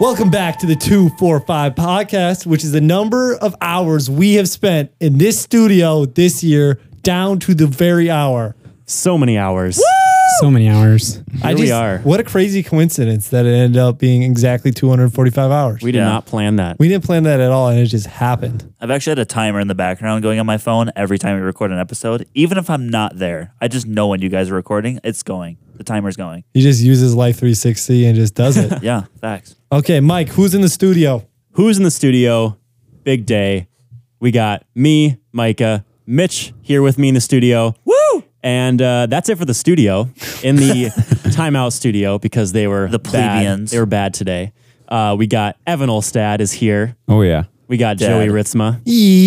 Welcome back to the 245 podcast, which is the number of hours we have spent in this studio this year down to the very hour. So many hours. So many hours. I Here we are. What a crazy coincidence that it ended up being exactly 245 hours. We We, did Yeah. not plan that. didn't plan that at all, and it just happened. I've actually had a timer in the background going on my phone every time we record an episode. Even if I'm not there, I just know when you guys are recording, it's going. The timer's going. He just uses Life 360 and just does it. Yeah, facts. okay, Mike, who's in the studio? Who's in the studio? Big day. We got me, Micah, Mitch here with me in the studio. Woo! And uh, that's it for the studio in the timeout studio because they were The bad. plebeians. They were bad today. Uh, we got Evan Olstad is here. Oh yeah. We got Dad. Joey Ritzma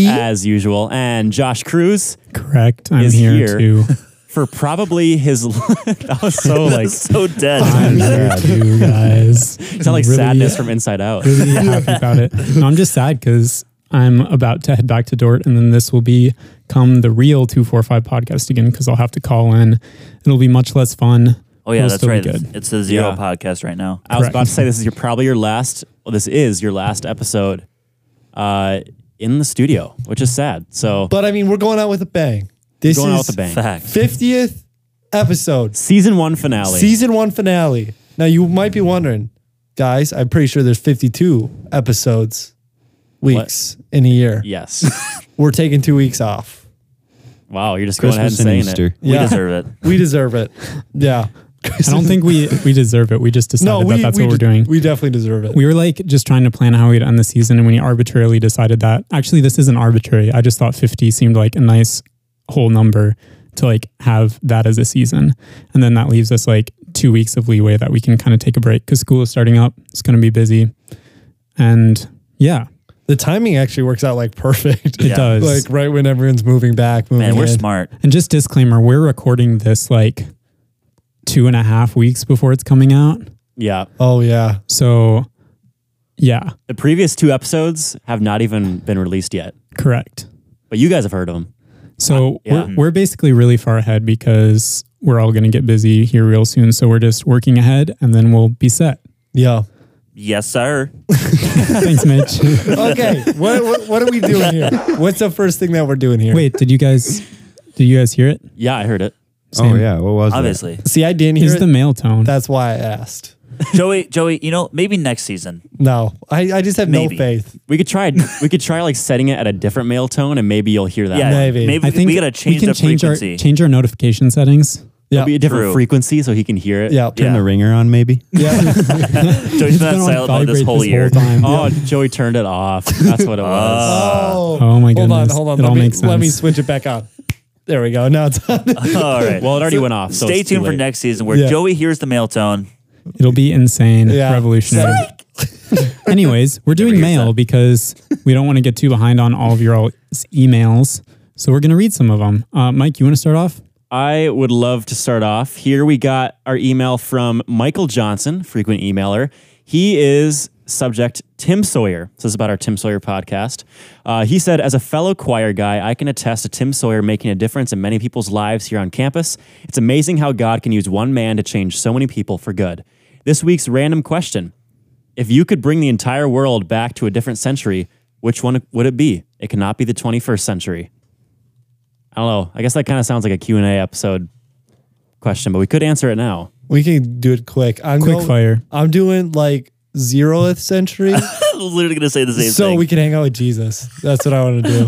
as usual, and Josh Cruz Correct. I'm Is here, here. too. for probably his. that was so like so Oh, dead. I'm here too, guys. sound like sadness from inside out. really happy about it. No, I'm just sad because I'm about to head back to Dort, and then this will become the real two four five podcast again because I'll have to call in. It'll be much less fun. oh yeah, It'll that's still be right. It's, good. it's the zero Yeah. podcast right now. I was about Correct. to say this is your probably your last. Well, this is your last episode uh, in the studio, which is sad. So But I mean, we're going out with a bang. This going is out with a bang. Facts. 50th episode, Season one finale. season one finale. Now, you might be wondering, guys, I'm pretty sure there's 52 episodes, weeks in a year. yes. We're taking two weeks off. wow, you're just Christmas going ahead and and saying Easter. We Yeah. deserve it. We deserve it. Yeah. I don't think we we deserve it. We just decided no, that we, that's we what we're de- doing. We definitely deserve it. We were like just trying to plan how we'd end the season, and when you arbitrarily decided that, actually, this isn't arbitrary. I just thought 50 seemed like a nice whole number to like have that as a season. And then that leaves us like two weeks of leeway that we can kind of take a break because school is starting up. It's going to be busy. And yeah, the timing actually works out like perfect. it Yeah. does. like right when everyone's moving back, moving Man, we're in. smart. and just disclaimer we're recording this like two and a half weeks before it's coming out. Yeah. Oh yeah. So yeah, The previous two episodes have not even been released yet, correct. but you guys have heard of them. Uh, So yeah. we're, we're basically really far ahead because we're all going to get busy here real soon. So we're just working ahead and then we'll be set. Yeah. Yes, sir. Thanks, Mitch. Okay. what, what what are we doing here? What's the first thing that we're doing here? Wait, did you guys did you guys hear it? Yeah, I heard it. Same. Oh yeah. What was Obviously, See, I didn't hear Is it. the male tone? That's why I asked. Joey. Joey, you know, maybe next season. No, I, I just have Maybe. no faith. We could try. we could try like setting it at a different male tone, and maybe you'll hear that. Yeah, one. Maybe. Maybe I think we gotta change can the change frequency. our change our notification settings. It'll be a different True. frequency so he can hear it. Yeah. that? Turn Yeah. the ringer on maybe. Yeah. Joey's been It's on on silent mode this vibrate whole year. time. Oh, Joey turned it off. That's what it was. oh. Oh my Hold on, goodness. hold on. It let all me makes let me sense. switch it back on. There we go. Now it's on. All right. well, it already went off. So stay it's too tuned for late. next season where Yeah. Joey hears the male tone. It'll be insane, Yeah. revolutionary. Anyways, we're doing mail because we don't want to get too behind on all of your all's emails. So we're going to read some of them. Uh, Mike, you want to start off? I would love to start off. Here we got our email from Michael Johnson, frequent emailer. He is subject Tim Sawyer. So this is about our Tim Sawyer podcast. Uh, he said, as a fellow choir guy, I can attest to Tim Sawyer making a difference in many people's lives here on campus. It's amazing how God can use one man to change so many people for good. This week's random question if you could bring the entire world back to a different century, which one would it be? It cannot be the 21st century. I don't know. I guess that kind of sounds like a Q&A episode question, but we could answer it now. We can do it quick. I'm Quick going- fire. I'm doing like zeroth century, I was literally gonna say the same so thing. we can hang out with Jesus. That's what I want to do.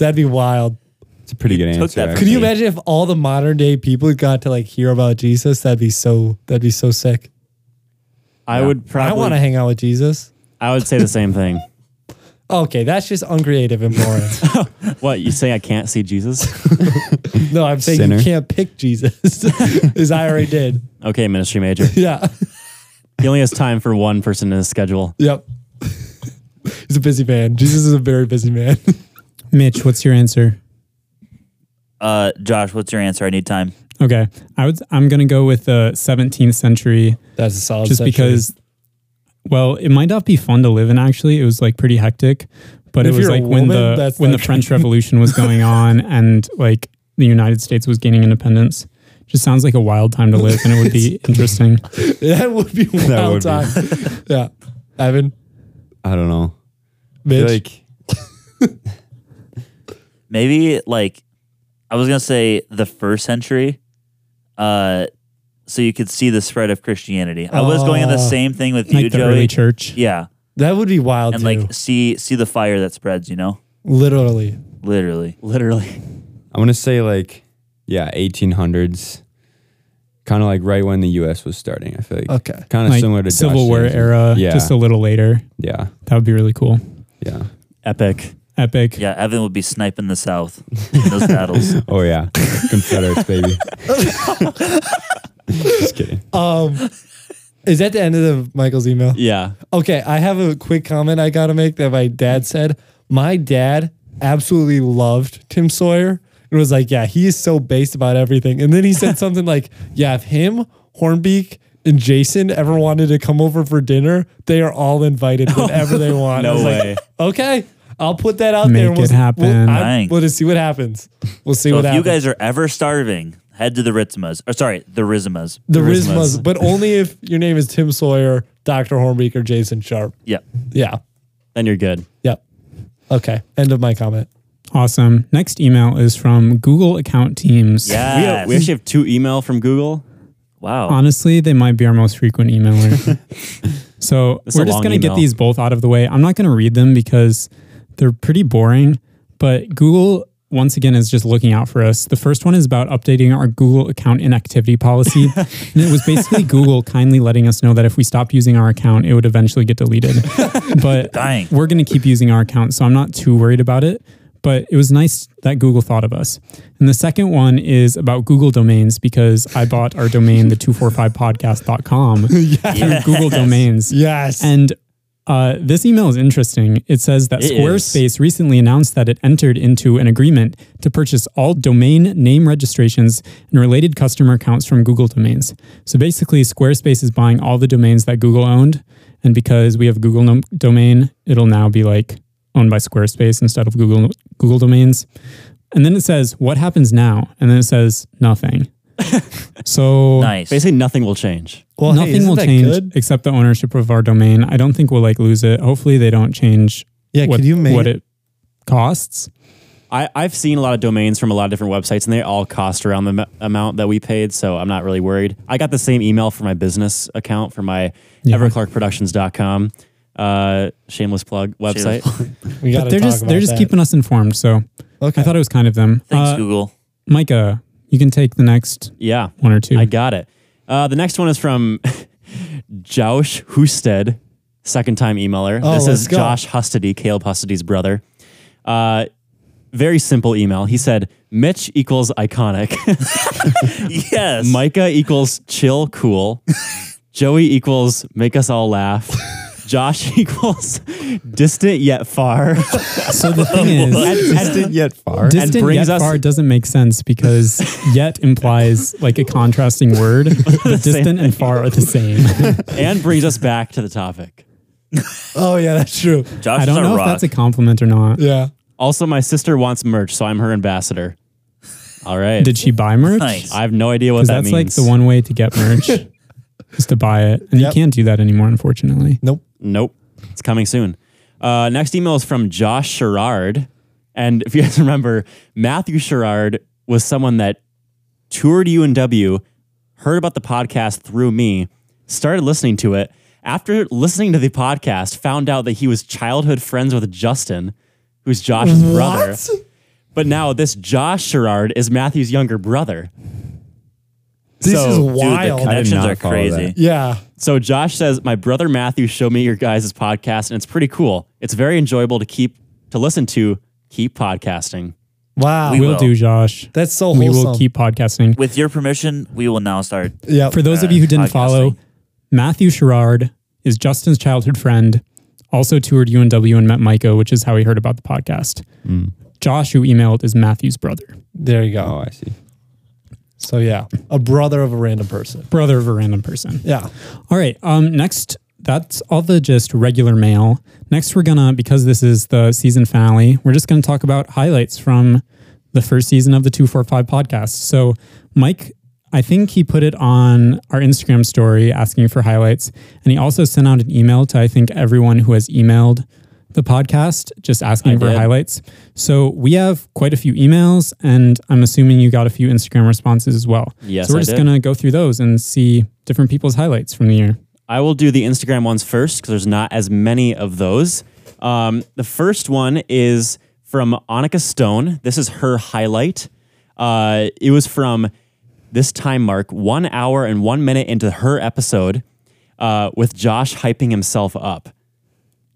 That'd be wild. It's a pretty good took answer. that- actually. Could you imagine if all the modern day people got to like hear about Jesus? That'd be so. That'd be so sick. I would probably I want to hang out with Jesus. I would say the same thing. Okay, that's just uncreative and boring. What, you say I can't see Jesus? no, I'm saying Sinner. you can't pick Jesus, as I already did. Okay, ministry major. Yeah. He only has time for one person in his schedule. Yep. He's a busy man. Jesus is a very busy man. Mitch, what's your answer? uh, Josh, what's your answer? I need time. Okay. I would I'm going to go with the 17th century That's a solid. just because well, it might not be fun to live in actually. It was like pretty hectic, but If it was you're a like woman, when the that's when not the French Revolution was going on and like the United States was gaining independence. Just sounds like a wild time to live and it would be interesting. that would be a wild would be. time. yeah. Ivan? I don't know. I feel Mitch? like Maybe like I was gonna say the first century, uh, so you could see the spread of Christianity. I was going in the Oh. same thing with you, like the Joey. early church. Yeah, that would be wild and too. like see see the fire that spreads. You know, Literally. literally. Literally. I'm gonna say like yeah, 1800s, kind of like right when the U.S. was starting. I feel like Okay. kind of Like similar to Civil War Dostoevsky. era, Yeah, just a little later. yeah, That would be really cool. yeah. Epic. Epic. Yeah, Evan would be sniping the South in those battles. Oh yeah, Confederates, baby. just kidding. Oh, Um, is that the end of the, Michael's email? Yeah. Okay, I have a quick comment I gotta make that my dad said. My dad absolutely loved Tim Sawyer and was like, Yeah, he is so based about everything. And then he said something like, Yeah, if him, Hornbeak, and Jason ever wanted to come over for dinner, they are all invited Oh, whenever they want. I No was like, way. okay, I'll put that out Make there. and it happen. We'll, I, Dang. we'll just see what happens. We'll see so what if you happens. guys are ever starving, head to the Ritzmas. Or sorry, the Rizmas. the Charismas. Rismas, but only if your name is Tim Sawyer, Dr. Hornbeak, or Jason Sharp. Yeah. Yeah. Then you're good. Yep. Okay. End of my comment. Awesome. Next email is from Google account teams. We, have, Yes. we actually have two email from Google. wow. Honestly, they might be our most frequent emailer. so That's a we're just long going to get email. these both out of the way. I'm not going to read them because they're pretty boring, but Google once again is just looking out for us. The first one is about updating our Google account inactivity policy. and it was basically Google kindly letting us know that if we stopped using our account, it would eventually get deleted. but Dang. we're going to keep using our account, so I'm not too worried about it. But it was nice that Google thought of us. And the second one is about Google domains because I bought our domain, the245podcast.com, through Yes. Google domains. Yes. And uh, this email is interesting. It says that It Squarespace recently announced that it entered into an agreement to purchase all domain name registrations and related customer accounts from Google domains. So basically, Squarespace is buying all the domains that Google owned. And because we have Google nom- domain, it'll now be like owned by Squarespace instead of Google Google domains. And then it says, "What happens now?" And then it says, "Nothing." so nice. Basically, nothing will change. well, hey, nothing isn't will that change good? except the ownership of our domain. I don't think we'll like lose it. Hopefully, they don't change. Yeah, what, could you make what it costs? I, I've seen a lot of domains from a lot of different websites, and they all cost around the m- amount that we paid, so I'm not really worried. I got the same email for my business account for my Yeah. everclarkproductions.com uh, shameless plug website. we got But they're just they're just keeping us informed. So Okay. I thought it was kind of them. Thanks, Uh, Google. Micah, you can take the next yeah, one or two. I got it. Uh, the next one is from Josh Husted, second time emailer. Oh, this let's is go. Josh Hustedy, Caleb Hustedy's brother. Uh, very simple email. He said, Mitch equals iconic. yes. Micah equals chill cool. Joey equals make us all laugh. Josh equals distant yet far. so the thing is, Distant yet far. distant brings yet us- far doesn't make sense because yet implies like a contrasting word. But distant and far are the same. and brings us back to the topic. Oh yeah, that's true. Josh I is don't our know if rock. that's a compliment or not. Yeah. Also, my sister wants merch, so I'm her ambassador. All right. Did she buy merch? Nice. I have no idea what Because that that's like means. the one way to get merch is to buy it. Yep. And you can't do that anymore, unfortunately. Nope. Nope. It's coming soon. Uh, next email is from Josh Sherrard. And if you guys remember, Matthew Sherrard was someone that toured UNW, heard about the podcast through me, started listening to it. After listening to the podcast, found out that he was childhood friends with Justin, who's Josh's brother. What? But now this Josh Sherrard is Matthew's younger brother. This So, is dude, the wild. I did Connections not are follow crazy. that. yeah. So Josh says, My brother Matthew showed me your guys' podcast, and it's pretty cool. It's very enjoyable to keep to listen to. Keep podcasting. Wow. We We'll will. do, Josh. that's so wholesome. we will keep podcasting. With your permission, we will now start. Yeah. For those of you who didn't podcasting. follow, Matthew Sherrard is Justin's childhood friend, also toured UNW and met Micah, which is how he heard about the podcast. Josh, who emailed, is Matthew's brother, there you go. Oh, I see. So yeah, a brother of a random person. brother of a random person. Yeah. All right. Um, next, that's all the just regular mail. Next, we're gonna because this is the season finale. We're just gonna talk about highlights from the first season of the Two Four Five podcast. So, Mike, I think he put it on our Instagram story asking for highlights. And he also sent out an email to, I think, everyone who has emailed the podcast just asking I for did. highlights. So we have quite a few emails, and I'm assuming you got a few Instagram responses as well. Yes, so we're I just did. going to go through those and see different people's highlights from the year. I will do the Instagram ones first because there's not as many of those. Um, the first one is from Annika Stone. This is her highlight. Uh, it was from this time mark, one hour and one minute into her episode uh, with Josh hyping himself up.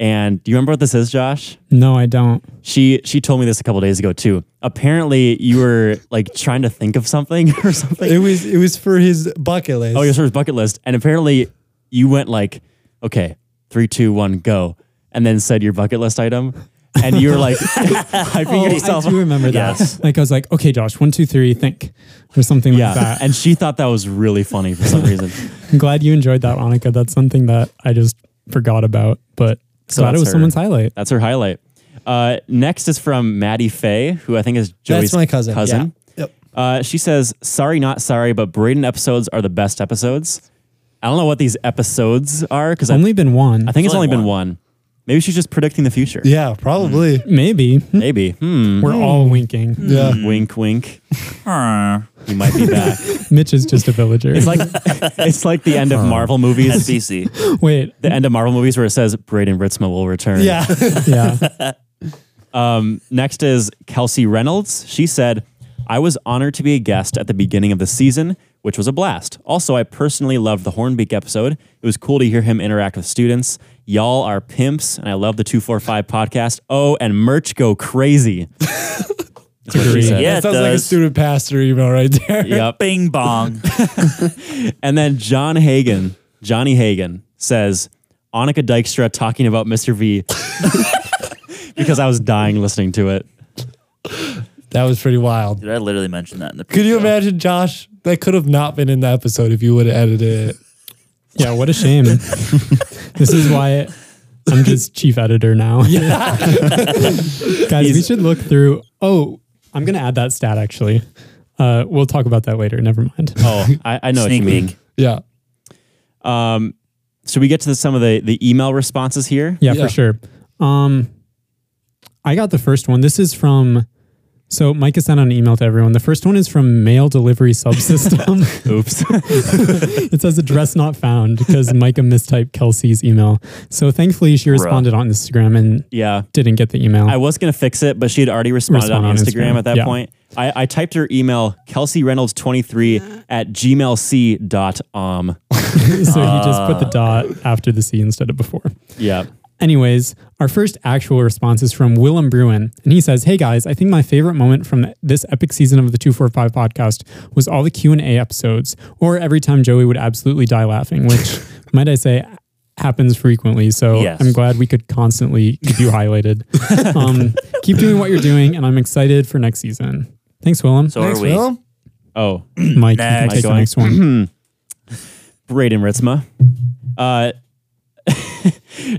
And do you remember what this is, Josh? No, I don't. She she told me this a couple days ago too. Apparently, you were like trying to think of something or something. It was it was for his bucket list. Oh, your first bucket list. And apparently you went like, okay, three, two, one, go. And then said your bucket list item. And you were like hyping yourself Oh, I do up. remember that. Yes. Like I was like, okay, Josh, one, two, three, think, or something like Yeah. that. And she thought that was really funny for some reason. I'm glad you enjoyed that, Monica. That's something that I just forgot about, but So glad it that's was her. someone's highlight. That's her highlight. Uh, next is from Maddie Faye, who I think is Joey's That's my cousin. cousin. Yeah. Yep. Uh, she says, sorry, not sorry, but Braden episodes are the best episodes. I don't know what these episodes are because I, Oh Only been one. I think it's only only been one. Maybe she's just predicting the future. Yeah, probably. maybe Maybe. Hmm. we're all winking. Yeah. Wink, wink. Arr. You might be back. Mitch is just a villager. It's like it's like the end of Marvel movies. SBC. Wait, The end of Marvel movies where it says Braden Ritzma will return. Yeah. yeah, Um, next is Kelsey Reynolds. She said, "I was honored to be a guest at the beginning of the season, which was a blast. Also, I personally loved the Hornbeak episode. It was cool to hear him interact with students. Y'all are pimps, and I love the Two Four Five podcast. Oh, and merch go crazy. That's what she Agreed. said. that Yeah, it sounds like a does. student pastor email right there. Yep. Bing bong. And then John Hagen, Johnny Hagen says, Annika Dykstra talking about Mr. V because I was dying listening to it. That was pretty wild. Did I literally mention that in the Could you pre-show? imagine, Josh? That could have not been in the episode if you would have edited it. yeah. What a shame. this is why I'm just chief editor now. Guys, we should look through. Oh, I'm gonna add that stat actually. Uh, we'll talk about that later. Never mind. Oh, I, I know Sneak what you mean. peek. Yeah. Um, so we get to the, some of the, the email responses here. Yeah, Yeah. for sure. Um, I got the first one. This is from. So Micah sent out an email to everyone. The first one is from Mail Delivery Subsystem. Oops. it says address not found because Micah mistyped Kelsey's email. So thankfully she responded on Instagram and yeah. didn't get the email. I was going to fix it, but she had already responded Respond on on Instagram, Instagram. at that Yeah. point. I, I typed her email, Kelsey Reynolds 23 at gmailc.om. so he just put Uh. the dot after the C instead of before. Yeah. Anyways, our first actual response is from Willem Bruin, and he says, "Hey guys, I think my favorite moment from th- this epic season of the Two Four Five podcast was all the Q and A episodes, or every time Joey would absolutely die laughing, which might I say." Happens frequently, so Yes. I'm glad we could constantly keep you highlighted. Um, keep doing what you're doing, and I'm excited for next season. Thanks, Willem. So are we? Willem. Oh, Mike, you can Next. take the Going. next one. Braden Ritzma. Uh,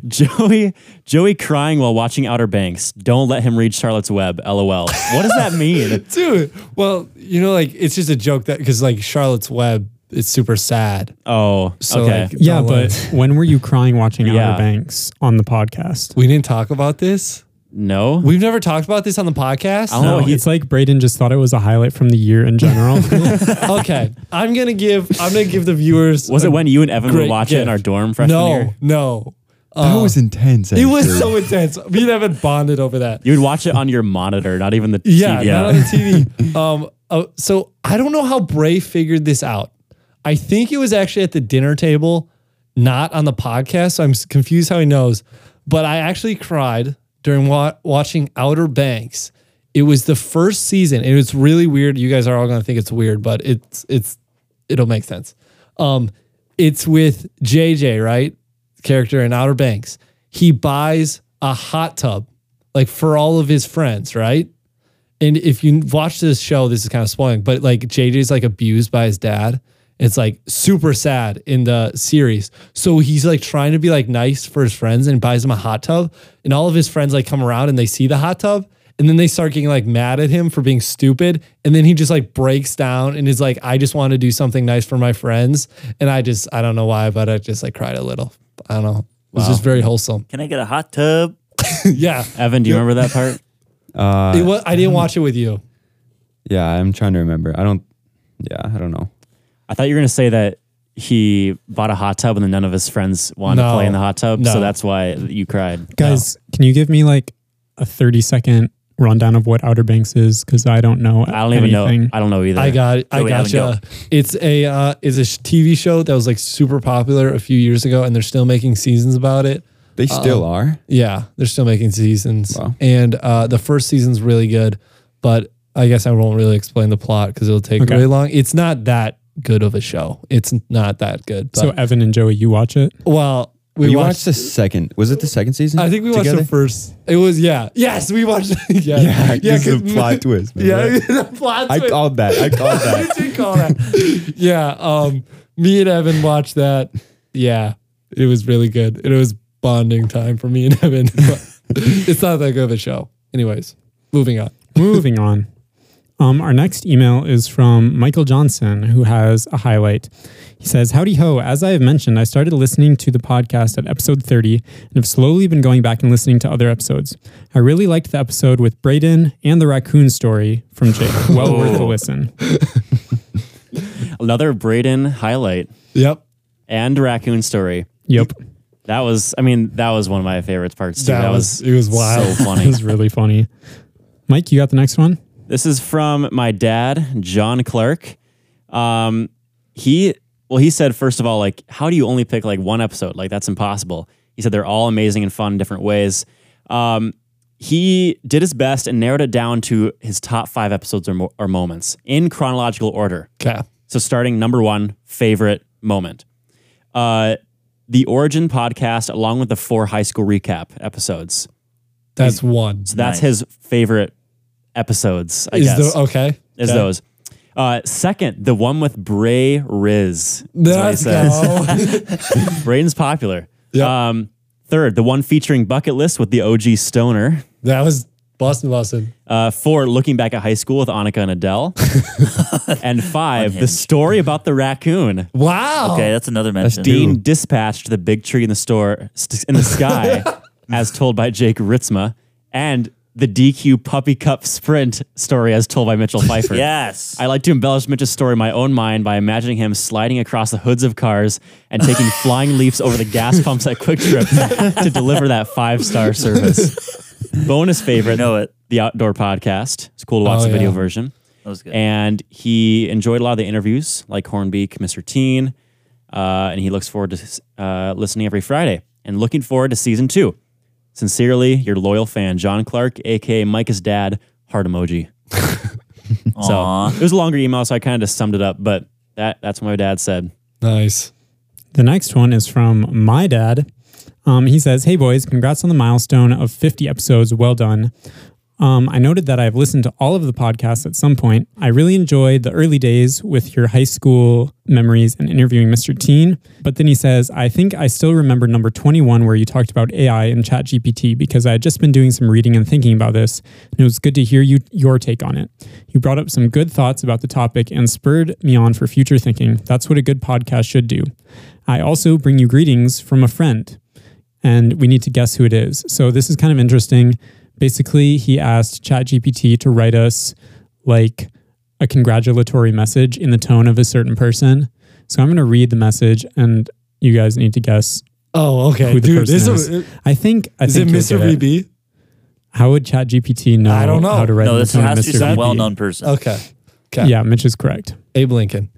Joey, Joey crying while watching Outer Banks. Don't let him read Charlotte's Web. LOL. What does that mean? Dude, well, you know, like it's just a joke that because like Charlotte's Web is super sad. Oh, So okay. like, Yeah, don't but let- when were you crying watching Yeah. Outer Banks on the podcast? we didn't talk about this. no. We've never talked about this on the podcast. I don't know. No, He- it's Oh, like Braden just thought it was a highlight from the year in general. okay, I'm gonna give I'm gonna give the viewers. was a- it when you and Evan would Great watch it in gift. our dorm freshman No, year? no. That Uh, was intense. It was so intense. Me and Evan bonded over that. You would watch it on your monitor, not even the Yeah, TV. not on the TV. um, uh, so I don't know how Bray figured this out. I think it was actually at the dinner table, not on the podcast. So I'm s- confused how he knows. But I actually cried during wa- watching Outer Banks. It was the first season, and it's really weird. You guys are all gonna think it's weird, but it's it's it'll make sense. Um, it's with JJ, right? Character in Outer Banks. He buys a hot tub, like for all of his friends, right? and if you watch this show, this is kind of spoiling, but like JJ's like abused by his dad. It's like super sad in the series. So he's like trying to be like nice for his friends and buys him a hot tub. And all of his friends like come around and they see the hot tub And then they start getting like mad at him for being stupid. And then he just like breaks down and is like, I just want to do something nice for my friends. And I just, I don't know why, but I just like cried a little. I don't know. It was just very wholesome. Can I get a hot tub? yeah. Evan, do you remember that part? It wa- I didn't watch it with you. Yeah, I'm trying to remember. I don't. Yeah, I don't know. I thought you were going to say that he bought a hot tub and then none of his friends wanted to No. play in the hot tub. No. So that's why you cried. Guys, can you give me like a 30 second rundown of what Outer Banks is? Because I don't know. I don't even know. I don't know either. I got I Go, Alan, gotcha. It's a uh, it's a sh- TV show that was like super popular a few years ago, and they're still making seasons about it. They still are. Yeah, they're still making seasons, Wow. and uh, the first season's really good, but I guess I won't really explain the plot because it'll take Okay. really long. It's not that good of a show. It's not that good. But, so Evan and Joey, you watch it? well, we We watched, watched. the second. Was it the second season? I think we watched together? the first. It was yeah, yes, we watched. yeah, Yeah, this is a 'cause- plot twist. man. Yeah, the plot. I twist. called that. I called that. I did call that. yeah. Um, me and Evan watched that. Yeah. It was really good. It was bonding time for me and Evan. But it's not that good of a show. Anyways, moving on. Moving on. Um, our next email is from Michael Johnson, who has a highlight. He says, Howdy ho. As I have mentioned, I started listening to the podcast at episode 30 and have slowly been going back and listening to other episodes. I really liked the episode with Brayden and the raccoon story from Jake. Well worth a listen. Another Braden highlight Yep. and raccoon story. Yep. That was, I mean, that was one of my favorite parts too. That, That was- was, it was wild. So It funny. was really funny. Mike, you got the next one? This is from my dad, John Clark. Um, he well, he said first of all, like, how do you only pick like one episode? Like that's impossible. He said they're all amazing and fun in different ways. Um, he did his best and narrowed it down to his top five episodes or, mo- or moments in chronological order. Okay. So starting number one, favorite moment. Uh, the Origin podcast, along with the four high school recap episodes. That's one. So that's Nice. his favorite episodes, I Is guess the okay? is Okay. those. Uh, second, the one with Bray Riz. That's what he Let's says. go. Brayden's popular. Yeah. Um, third, the one featuring Bucket List with the OG Stoner. that was Boston Boston. Uh, four, looking back at high school with Annika and Adele. and five, the story about the raccoon. Wow. Okay, that's another mention. Dean dispatched the big tree in the store st- in the sky, as told by Jake Ritzma, and the DQ Puppy Cup Sprint story, as told by Mitchell Pfeiffer. Yes. I like to embellish Mitch's story in my own mind by imagining him sliding across the hoods of cars and taking flying leaps over the gas pumps at Quick Trip to deliver that five star service. Bonus favorite, know it. the outdoor podcast. It's cool to watch Oh, the video yeah. version. That was good. And he enjoyed a lot of the interviews, like Hornbeak, Mr. Teen, uh, and he looks forward to uh, listening every Friday and looking forward to season two. Sincerely, your loyal fan, John Clark, aka Micah's dad, heart emoji. So Aw. it was a longer email, so I kind of just summed it up. But that that's what my dad said. Nice. The next one is from my dad. Um, he says, Hey, boys, congrats on the milestone of 50 episodes. Well done. Um, I noted that I've listened to all of the podcasts at some point. I really enjoyed the early days with your high school memories and interviewing Mr. Teen. But then he says, I think I still remember number 21 where you talked about AI and ChatGPT because I had just been doing some reading and thinking about this, and it was good to hear you your take on it. You brought up some good thoughts about the topic and spurred me on for future thinking. That's what a good podcast should do. I also bring you greetings from a friend and we need to guess who it is. So this is kind of interesting. Basically, he asked ChatGPT to write us like a congratulatory message in the tone of a certain person. So I'm going to read the message and you guys need to guess. Oh, okay. Who the Dude, person this is. is, is, I think I it think you'll Mr. get it. VB? How would ChatGPT know, I don't know. how to write no, in the this tone of has to be Mr. some VB? well-known person. Okay. Okay. Yeah, Mitch is correct. Abe Lincoln.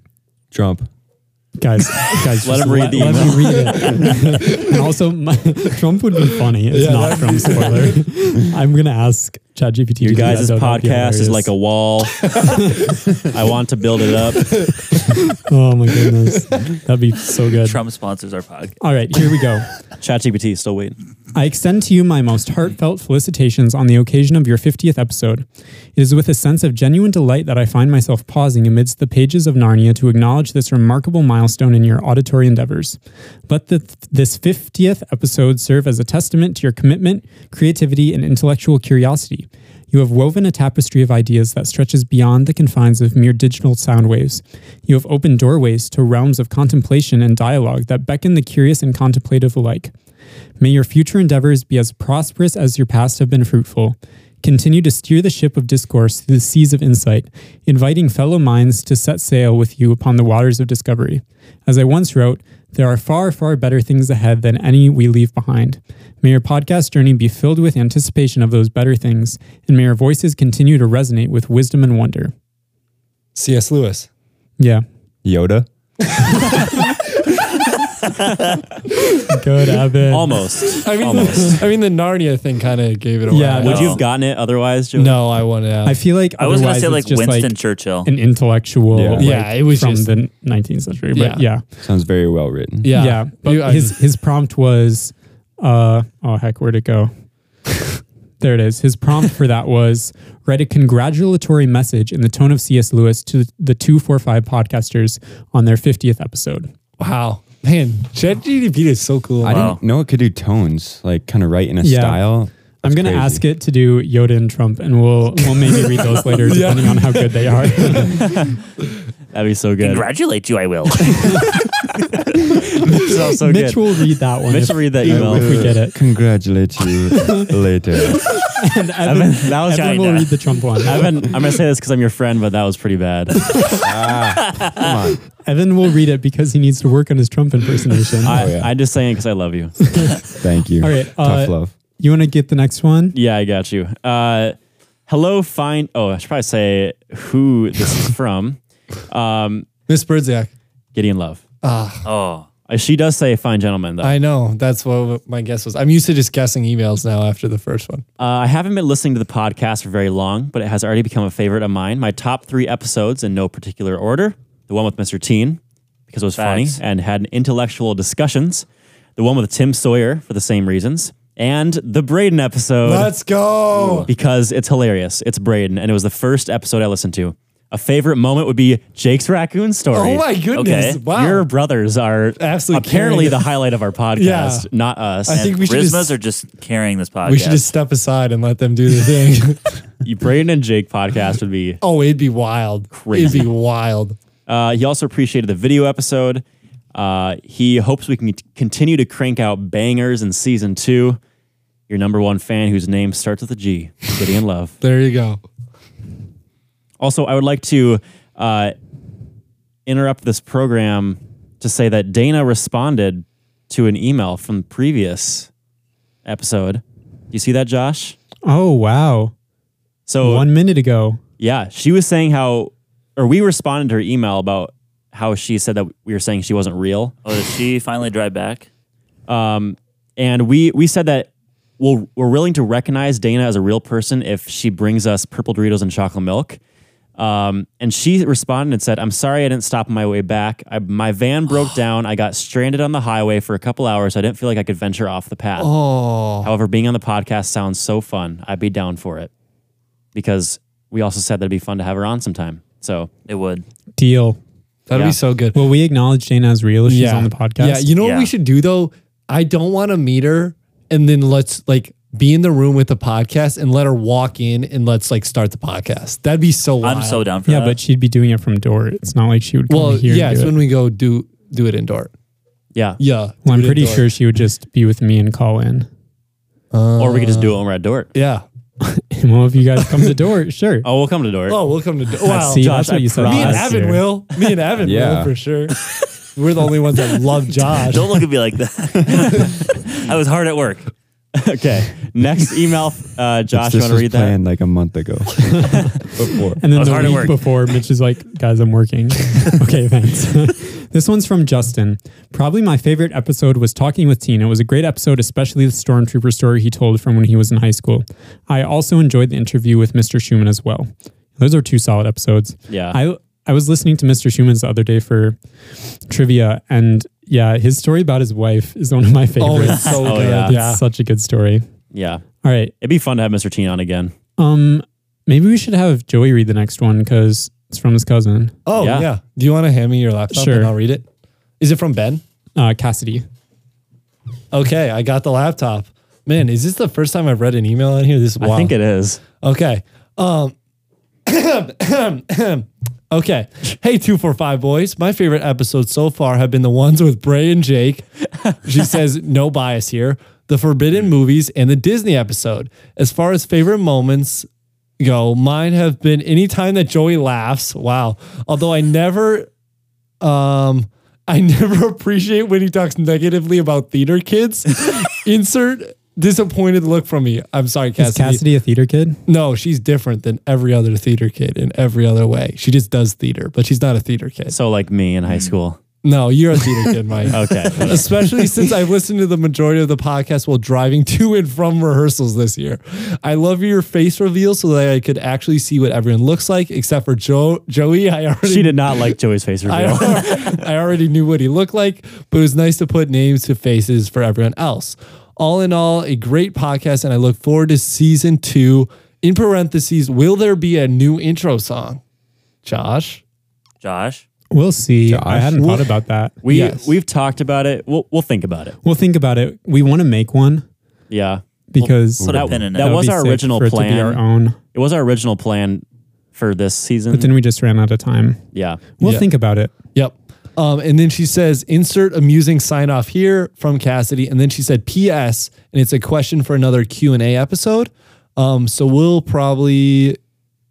Trump. Guys, guys, Let just him read the let me read it. and also, my, Trump would be funny. It's Yeah, not that'd Trump spoiler. I'm gonna ask ChatGPT. to Your do that, guys' though. That'd be podcast is hilarious. like a wall. I want to build it up. Oh my goodness, that'd be so good. Trump sponsors our podcast. All right, here we go. ChatGPT still waiting. I extend to you my most heartfelt felicitations on the occasion of your 50th episode. It is with a sense of genuine delight that I find myself pausing amidst the pages of Narnia to acknowledge this remarkable milestone in your auditory endeavors. Let the, this 50th episode serve as a testament to your commitment, creativity, and intellectual curiosity. You have woven a tapestry of ideas that stretches beyond the confines of mere digital sound waves. You have opened doorways to realms of contemplation and dialogue that beckon the curious and contemplative alike. May your future endeavors be as prosperous as your past have been fruitful. Continue to steer the ship of discourse through the seas of insight, inviting fellow minds to set sail with you upon the waters of discovery. As I once wrote, there are far, far better things ahead than any we leave behind. May your podcast journey be filled with anticipation of those better things, and may your voices continue to resonate with wisdom and wonder. C.S. Lewis. Yeah. Yoda. Good, Evan. Almost. I mean, Almost. the, I mean, the Narnia thing kind of gave it away. Yeah, Would you Well. have gotten it otherwise, Joey? No, I want to. I feel like I was gonna say otherwise like it's just Winston Churchill. an intellectual. Yeah. like, Yeah, it was from just- the 19th century. But Yeah. yeah. Sounds very well written. yeah, yeah. But You- I- his his prompt was, uh, oh heck, where'd it go? there it is. His prompt for that was write a congratulatory message in the tone of C.S. Lewis to the two four five podcasters on their fiftieth episode. wow, man, ChatGPT is so cool. I Wow. didn't know it could do tones, like kind of write in a Yeah. style. I'm gonna ask it to do Yoda and Trump, and we'll we'll maybe read those later, depending on how good they are. That'd be so good. Congratulate you, I will. It's also Mitch good. will read that one. Mitch if- will read that email. if we get it. Congratulate you later. And Evan, Evan, that was Evan will kinda. read the Trump one. Evan, I'm gonna say this because I'm your friend, but that was pretty bad. Come on. Evan will read it because he needs to work on his Trump impersonation. I, yeah. I'm just saying it because I love you. Thank you. All right, Tough uh, love. you want to get the next one? Yeah, I got you. Uh, hello, fine. Oh, I should probably say who this is from. Um, Miss Birdziak. Gideon Love. oh, Uh, she does say fine gentleman, though. I, I know that's what my guess was. I'm used to just guessing emails now after the first one. uh, I haven't been listening to the podcast for very long, but it has already become a favorite of mine. My top three episodes in no particular order the one with Mr. Teen, because it was Facts. funny and had intellectual discussions, the one with Tim Sawyer for the same reasons, and the Braden episode. Let's go. because it's hilarious. It's Braden, and it was the first episode I listened to. A favorite moment would be Jake's raccoon story. Oh my goodness! Okay. Wow. Your brothers are Absolutely apparently carrying the it. highlight of our podcast, Yeah. not us. I think and we should Rismas just- are just carrying this podcast. we should just step aside and let them do the thing. You- Braden and Jake podcast would be. oh, it'd be wild. Crazy. It'd be wild. Uh, he also appreciated the video episode. Uh, he hopes we can continue to crank out bangers in season two. Your number one fan, whose name starts with a G, Gideon Love. There you go. Also, I would like to uh, interrupt this program to say that Dana responded to an email from the previous episode. You see that, Josh? Oh wow! So, One minute ago. yeah, she was saying how, or we responded to her email about how she said that we were saying she wasn't real. oh, did she finally drive back? Um, and we we said that we'll, we're willing to recognize Dana as a real person if she brings us purple Doritos and chocolate milk. Um, and she responded and said, "I'm sorry I didn't stop on my way back. I, my van broke down. I got stranded on the highway for a couple hours. I didn't feel like I could venture off the path. Oh, However, being on the podcast sounds so fun. I'd be down for it because we also said that'd be fun to have her on sometime. So It would. Deal. that'd Yeah. be so good. Will we acknowledge Dana as real if she's on the podcast? Yeah, you know what Yeah. we should do though? I don't want to meet her and then let's like be in the room with the podcast and let her walk in and let's like start the podcast. That'd be so wild. I'm so down for yeah, that. but she'd be doing it from door. It's not like she would come well, here. yeah, and it's do it. when we go do do it indoor. yeah, Yeah. well, I'm do it pretty indoor. sure she would just be with me and call in. or we could just do it when we're at Dort. Yeah. well, if you guys come to door, sure. Oh, we'll come to Dort. Oh, we'll come to wow. See, Me Josh, that's what I you said. promise. and last Evan year. will. Me and Evan Yeah. will for sure. We're the only ones that love Josh. Don't look at me like that. I was hard at work. okay. Next email, uh, Josh. You this want to was read that? planned like a month ago. Before. And I then was the hard at week work. before, Mitch is like, guys, I'm working. okay, thanks. this one's from Justin. Probably my favorite episode was Talking with Teen. It was a great episode, especially the Stormtrooper story he told from when he was in high school. I also enjoyed the interview with Mr. Schumann as well. Those are two solid episodes. Yeah. I, I was listening to Mr. Schumann's the other day for trivia, and yeah, his story about his wife is one of my Oh, favorites. Uh, it's so Oh, good. yeah. Yeah. It's such a good story. Yeah. All right. It'd be fun to have Mr. Teen on again. Um, maybe we should have Joey read the next one because it's from his cousin. Oh Yeah. yeah. Do you want to hand me your laptop Sure. and I'll read it? Is it from Ben? uh, Cassidy. Okay, I got the laptop. Man, is this the first time I've read an email on here? This is wild. I think it is. Okay. Um, okay. Hey, 245 boys. My favorite episodes so far have been the ones with Bray and Jake. She says, no bias here. The Forbidden movies and the Disney episode. As far as favorite moments go, mine have been any time that Joey laughs. Wow. Although I never um, I never appreciate when he talks negatively about theater kids. Insert disappointed look from me. I'm sorry, Is Cassidy a theater kid? no, she's different than every other theater kid in every other way. She just does theater, but she's not a theater kid. So like me in high school. No, you're a theater kid, Mike. Okay. Especially since I've listened to the majority of the podcast while driving to and from rehearsals this year. I love your face reveal so that I could actually see what everyone looks like, except for Joe Joey. I already she did not like Joey's face I, reveal. al- I already knew what he looked like, but it was nice to put names to faces for everyone else. All in all, a great podcast, and I look forward to season two. In parentheses, will there be a new intro song? Josh? Josh. We'll see. I Josh? hadn't thought about that. We Yes. we've talked about it. We'll we'll think about it. We'll think about it. We want to make one Yeah. because Put a That, pin in it. that would was be our sick original for It to plan. be our own, It was our original plan for this season. but then we just ran out of time. yeah. We'll Yeah. think about it. Yep. Um, and then she says, insert amusing sign off here from Cassidy. And then she said, P.S. And it's a question for another Q&A episode. Um, so we'll probably,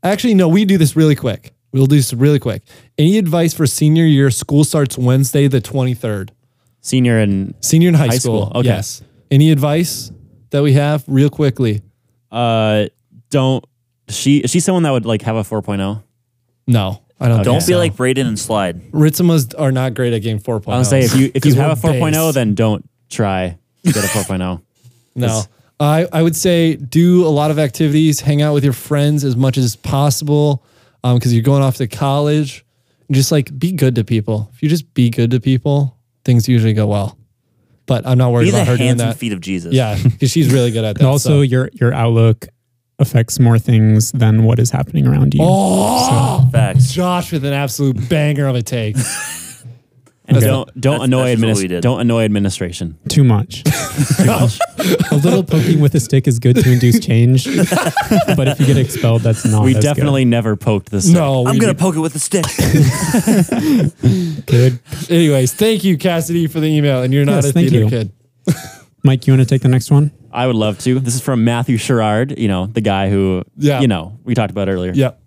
actually, no, we do this really quick. We'll do this really quick. Any advice for senior year? School starts Wednesday, the 23rd. Senior and Senior in high, High school. school, okay. Yes. Any advice that we have real quickly? uh don't she is she someone that would like have a oh? 4.0? No, I don't Don't think be so. like Braden and Slide. Ritzimas are not great at game 4.0. I would say if you if you 'Cause have a oh, we're 4.0 based. then don't try to get a oh. 4.0. No. I, I would say do a lot of activities, hang out with your friends as much as possible because you're going off to college. And just like be good to people. If you just be good to people, things usually go well. But I'm not worried Be the about her doing hands and that. feet of Jesus. Yeah, because she's really good at that. And also, so. your your outlook affects more things than what is happening around you. oh, Facts. Josh with an absolute banger of a take. And don't don't annoy That's- that's just what we administration. did. Don't annoy administration. Too much. a little poking with a stick is good to induce change, but if you get expelled, that's not. we as definitely never poked this. No, I'm we- gonna poke it with a stick. good. good. Anyways, thank you, Cassidy, for the email. And you're not Yes, a thank theater you. kid. Mike, you want to take the next one? I would love to. This is from Matthew Sherrard, you know, the guy who, Yeah. you know, we talked about earlier. Yep.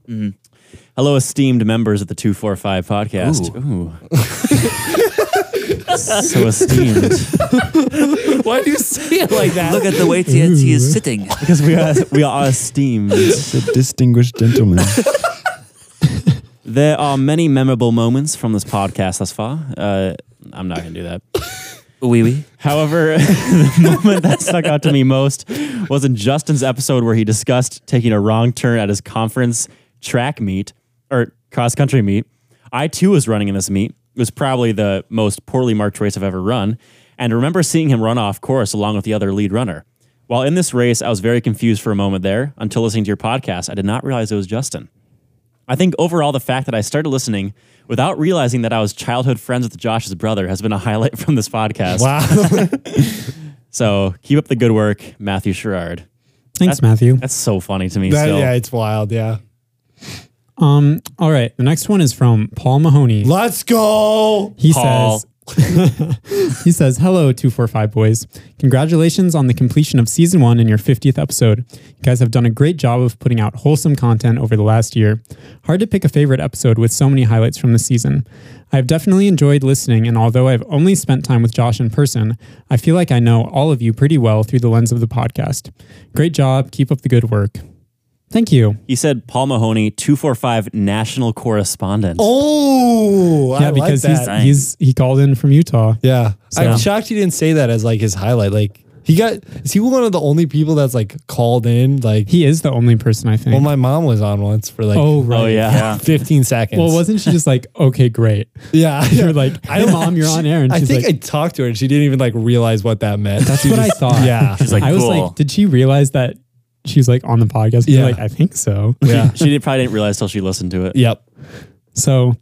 Hello, esteemed members of the 245 podcast. Ooh. so esteemed. Why do you say it like that? Look at the way TNT is sitting. Because we are, we are esteemed. The distinguished gentleman. There are many memorable moments from this podcast thus far. Uh, I'm not going to do that. Wee wee. However, the moment that stuck out to me most was in Justin's episode where he discussed taking a wrong turn at his conference track meet or cross country meet. I too was running in this meet. It was probably the most poorly marked race I've ever run, and I remember seeing him run off course along with the other lead runner. While in this race, I was very confused for a moment there until listening to your podcast. I did not realize it was Justin. I think overall, the fact that I started listening without realizing that I was childhood friends with Josh's brother has been a highlight from this podcast. Wow. So keep up the good work, Matthew Sherrard. Thanks, That's- Matthew. That's so funny to me. That- still. yeah, it's wild. Yeah. Um, all right. The next one is from Paul Mahoney. Let's go. He Paul. says, he says, Hello, 245 boys. Congratulations on the completion of season one and your 50th episode. You guys have done a great job of putting out wholesome content over the last year. Hard to pick a favorite episode with so many highlights from the season. I've definitely enjoyed listening, and although I've only spent time with Josh in person, I feel like I know all of you pretty well through the lens of the podcast. Great job. Keep up the good work. Thank you. He said Paul Mahoney, 245 national correspondent. Oh, Yeah, I because like that. Dang. he's, he's he called in from Utah. yeah, Yeah. I'm shocked he didn't say that as like his highlight. Like he got is he one of the only people that's like called in? Like He is the only person I think. well, my mom was on once for like oh right. Oh, yeah. Yeah. 15 seconds. Well, wasn't she just like, okay, great? yeah, You're like, hey, mom, you're on air, and I she's think like, I talked to her and she didn't even like realize what that meant. that's what I thought. yeah, She's like, I was cool. like, did she realize that she was like on the podcast? You're Yeah. like, I think so. yeah, She did, probably didn't realize till she listened to it. yep. So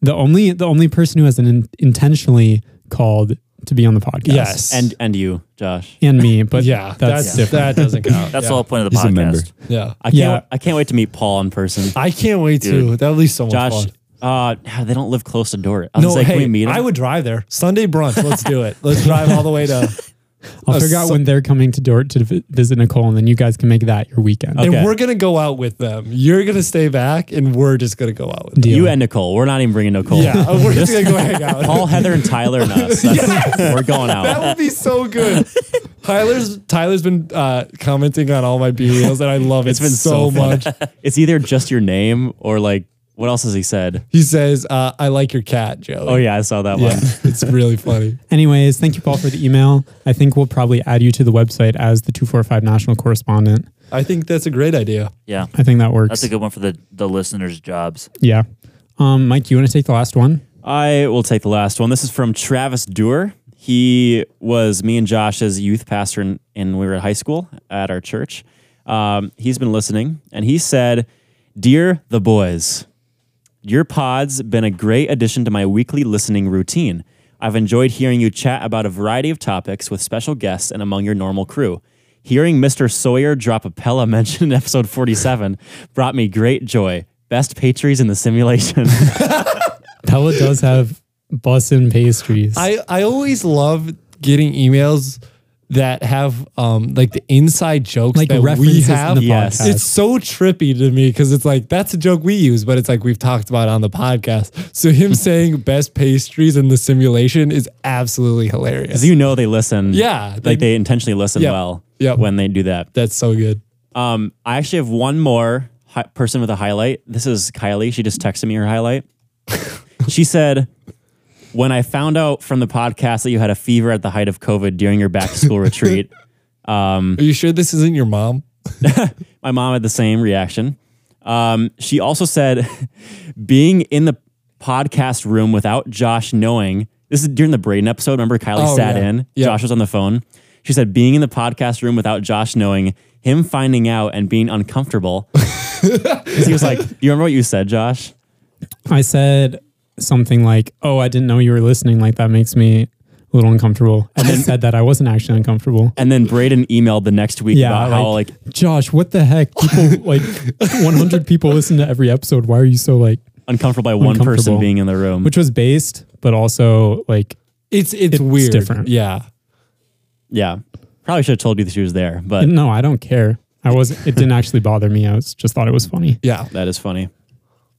the only the only person who has an in, intentionally called to be on the podcast. Yes. And and you, Josh. and me, but yeah, that's, that's, different. that doesn't count. That's yeah. the whole point of the He's a member. podcast. Yeah, Oh, I can't Yeah. I can't wait to meet Paul in person. I can't wait to. Dude. That least someone. Josh, fun. uh, they don't live close to Dorrit. I was No, like, hey, can we meet him? I would drive there Sunday brunch. Let's do it. Let's drive all the way to. I'll Uh, figure out so- when they're coming to Dort to vi- visit Nicole, and then you guys can make that your weekend. Okay. And we're gonna go out with them. You're gonna stay back, and we're just gonna go out with them. Deal. You and Nicole. We're not even bringing Nicole. Yeah, uh, we're just gonna go hang out. Paul, Heather, and Tyler and us. That's, We're going That out. would be so good. Tyler's Tyler's been uh, commenting on all my B reels, and I love it It's been so, so fun. much. It's either just your name or like what else has he said? He says, uh, "I like your cat, Joey." Oh yeah, I saw that yeah, one. it's really funny. Anyways, thank you, Paul, for the email. I think we'll probably add you to the website as the 245 national correspondent. I think that's a great idea. Yeah. I think that works. That's a good one for the, the listeners' jobs. yeah. Um, Mike, you want to take the last one? I will take the last one. This is from Travis Dewar. He was me and Josh's youth pastor, in, and we were at high school at our church. Um, he's been listening, and he said, "Dear the boys, your pod's been a great addition to my weekly listening routine. I've enjoyed hearing you chat about a variety of topics with special guests and among your normal crew. Hearing Mr. Sawyer drop a Pella mention in episode 47 brought me great joy. Best pastries in the simulation." Pella does have bussin' pastries. I, I always love getting emails that have um like the inside jokes like that we references have. in the Yes. podcast. It's so trippy to me because it's like that's a joke we use, but it's like we've talked about on the podcast. So him saying best pastries in the simulation is absolutely hilarious. Because you know they listen. Yeah, they- like they intentionally listen Yep, well yep. when they do that. that's so good. Um, I actually have one more hi- person with a highlight. This is Kylie. She just texted me her highlight. she said, When I found out from the podcast that you had a fever at the height of COVID during your back to school retreat, Hmm. Are you sure this isn't your mom? my mom had the same reaction. Um, she also said, being in the podcast room without Josh knowing, this is during the Braden episode. Remember, Kylie Oh, sat yeah. in, Yeah. Josh was on the phone. She said, being in the podcast room without Josh knowing, him finding out and being uncomfortable. 'Cause he was like, Do you remember what you said, Josh? I said something like, "Oh, I didn't know you were listening. Like that makes me a little uncomfortable." And then said that I wasn't actually uncomfortable. And then Braden emailed the next week Yeah, about how, like, Josh, what the heck? People like 100 people listen to every episode. Why are you so like? uncomfortable by one person Uncomfortable. being in the room. Which was based, but also like It's it's, It's weird. different. Yeah. yeah. Probably should have told you that she was there, but no, I don't care. I was. It didn't actually bother me. I was just thought it was funny. Yeah. That is funny.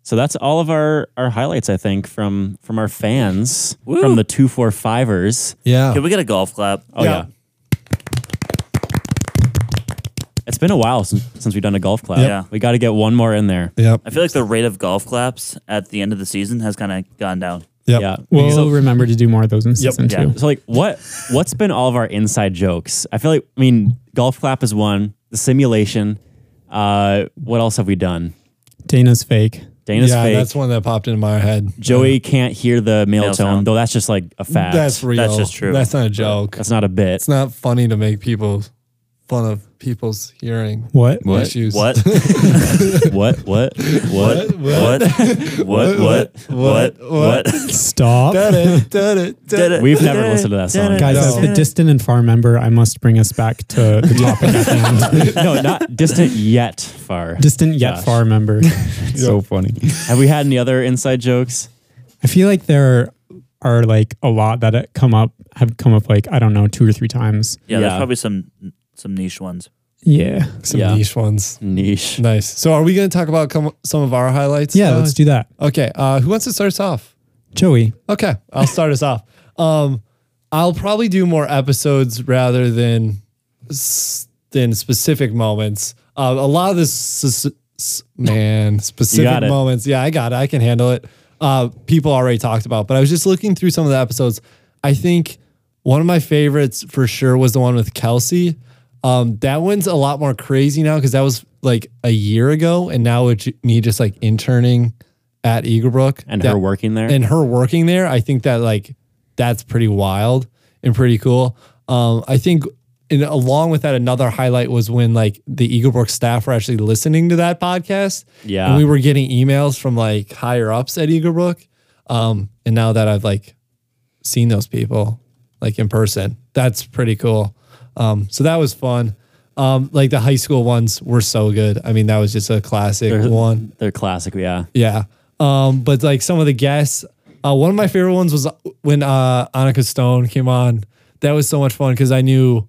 So that's all of our our highlights, I think, from from our fans, from the two four fivers. Yeah. Can we get a golf clap? Oh yeah. It's been a while since, since we've done a golf clap. Yeah. We got to get one more in there. Yep. I feel like the rate of golf claps at the end of the season has kind of gone down. Yep. Yeah. We'll remember to do more of those in season yeah. two. So like what what's been all of our inside jokes? I feel like I mean, golf clap is one, the simulation. Uh what else have we done? Dana's fake. Dana's yeah, fake. that's one that popped into my head. Joey can't hear the male, Male tone, sound. though that's just like a fact. That's real. just true. That's not a joke. That's not a bit. it's not funny to make people fun of people's hearing What? issues. What? what? What? What? what? What? What? What? What? Stop. Done it, done it, done it. We've never listened to that song. Guys, No. as the distant and far member, I must bring us back to the topic at hand. no, not distant yet far. Distant yet Gosh. far member. so funny. Have we had any other inside jokes? I feel like there are like a lot that have come up have come up like I don't know two or three times. Yeah, Yeah. there's probably some some niche ones. Yeah, Some Yeah. niche ones. Niche. Nice. So, are we going to talk about com- some of our highlights? yeah. Uh, Let's do that, Okay. Uh, who wants to start us off? Joey. Okay, I'll start us off. Um, I'll probably do more episodes rather than s- than specific moments. Uh, a lot of this s- s- man specific it. moments. Yeah, I got it. I can handle it. Uh, people already talked about, but I was just looking through some of the episodes. I think one of my favorites for sure was the one with Kelsey. Um, that one's a lot more crazy now because that was like a year ago, and now it's me just like interning at Eaglebrook And That- her working there. and her working there, I think that like that's pretty wild and pretty cool. Um, I think and along with that, another highlight was when like the Eaglebrook staff were actually listening to that podcast. Yeah. And we were getting emails from like higher ups at Eaglebrook. Um, and now that I've like seen those people, like in person. That's pretty cool. Um, so that was fun. Um, like the high school ones were so good. I mean, that was just a classic They're- one. They're classic, yeah. Yeah. Um, but like some of the guests, uh, one of my favorite ones was when uh, Annika Stone came on. That was so much fun because I knew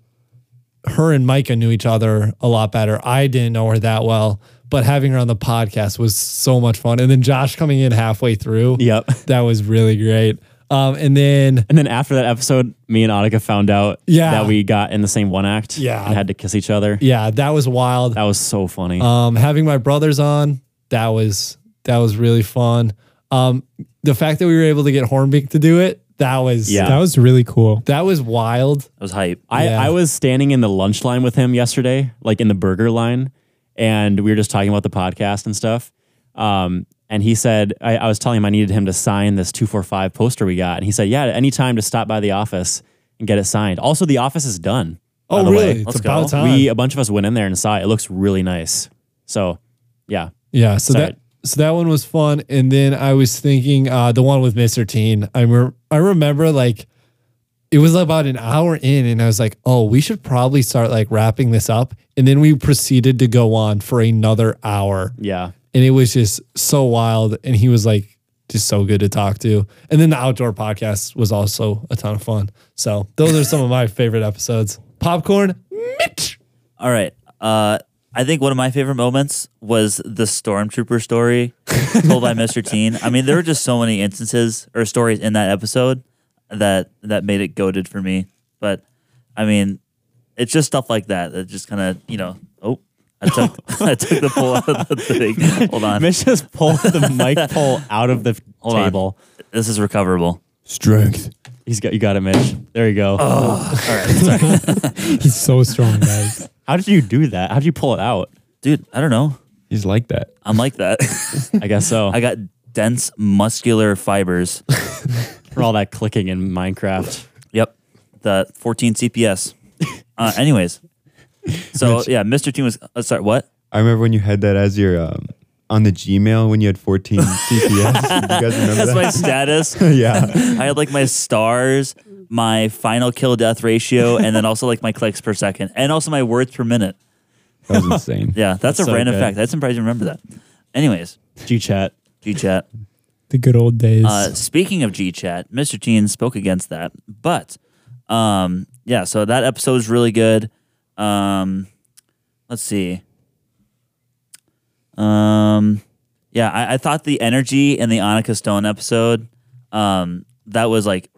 her and Micah knew each other a lot better. I didn't know her that well, but having her on the podcast was so much fun. And then Josh coming in halfway through. Yep. That was really great. Um, and then And then after that episode, me and Annika found out Yeah. that we got in the same one act Yeah. and had to kiss each other. yeah, that was wild. That was so funny. Um, having my brothers on, that was that was really fun. Um, the fact that we were able to get Hornbeak to do it, that was Yeah. That was really cool. That was wild. That was hype. I, yeah. I was standing in the lunch line with him yesterday, like in the burger line, and we were just talking about the podcast and stuff. Um, and he said, I, I was telling him I needed him to sign this 245 poster we got. And he said, Yeah, at any time to stop by the office and get it signed. Also, the office is done. by Oh, the way. really? let's it's about go. time. We, a bunch of us went in there and saw it. It looks really nice. So, yeah. yeah. So Sorry. that so that one was fun, and then I was thinking uh, the one with Mister Teen. I mer- I remember like it was about an hour in, and I was like, oh, we should probably start like wrapping this up, and then we proceeded to go on for another hour, Yeah. and it was just so wild, and he was like just so good to talk to, and then the outdoor podcast was also a ton of fun. So those are some of my favorite episodes. Popcorn, Mitch. All right. Uh, I think one of my favorite moments was the stormtrooper story told by Mr. Teen. I mean, there were just so many instances or stories in that episode that that made it goaded for me. But I mean, it's just stuff like that that just kind of you know. Oh, I took I took the pull out of the thing. Hold on, Mitch just pulled the mic pole out of the Hold on. table. this is recoverable. Strength. He's got you got it, Mitch. There you go. He's so strong, guys. How did you do that? How did you pull it out? Dude, I don't know. He's like that. I'm like that. I guess so. I got dense muscular fibers. for all that clicking in Minecraft. Yep. The 14 CPS. Uh, anyways. So yeah, Mr. Team was uh, sorry, what? I remember when you had that as your um, on the Gmail when you had 14 CPS. you guys remember That's that? my status. yeah. I had like my stars, my final kill death ratio, and then also like my clicks per second. And also my words per minute. That was insane. Yeah, that's, a so random good. fact. That's surprised you remember that. Anyways, G chat. G chat. The good old days. Uh, speaking of G Chat, Mr. Teen spoke against that, but um, yeah, so that episode was really good. Um, let's see. Um, yeah, I, I thought the energy in the Annika Stone episode, um, that was like,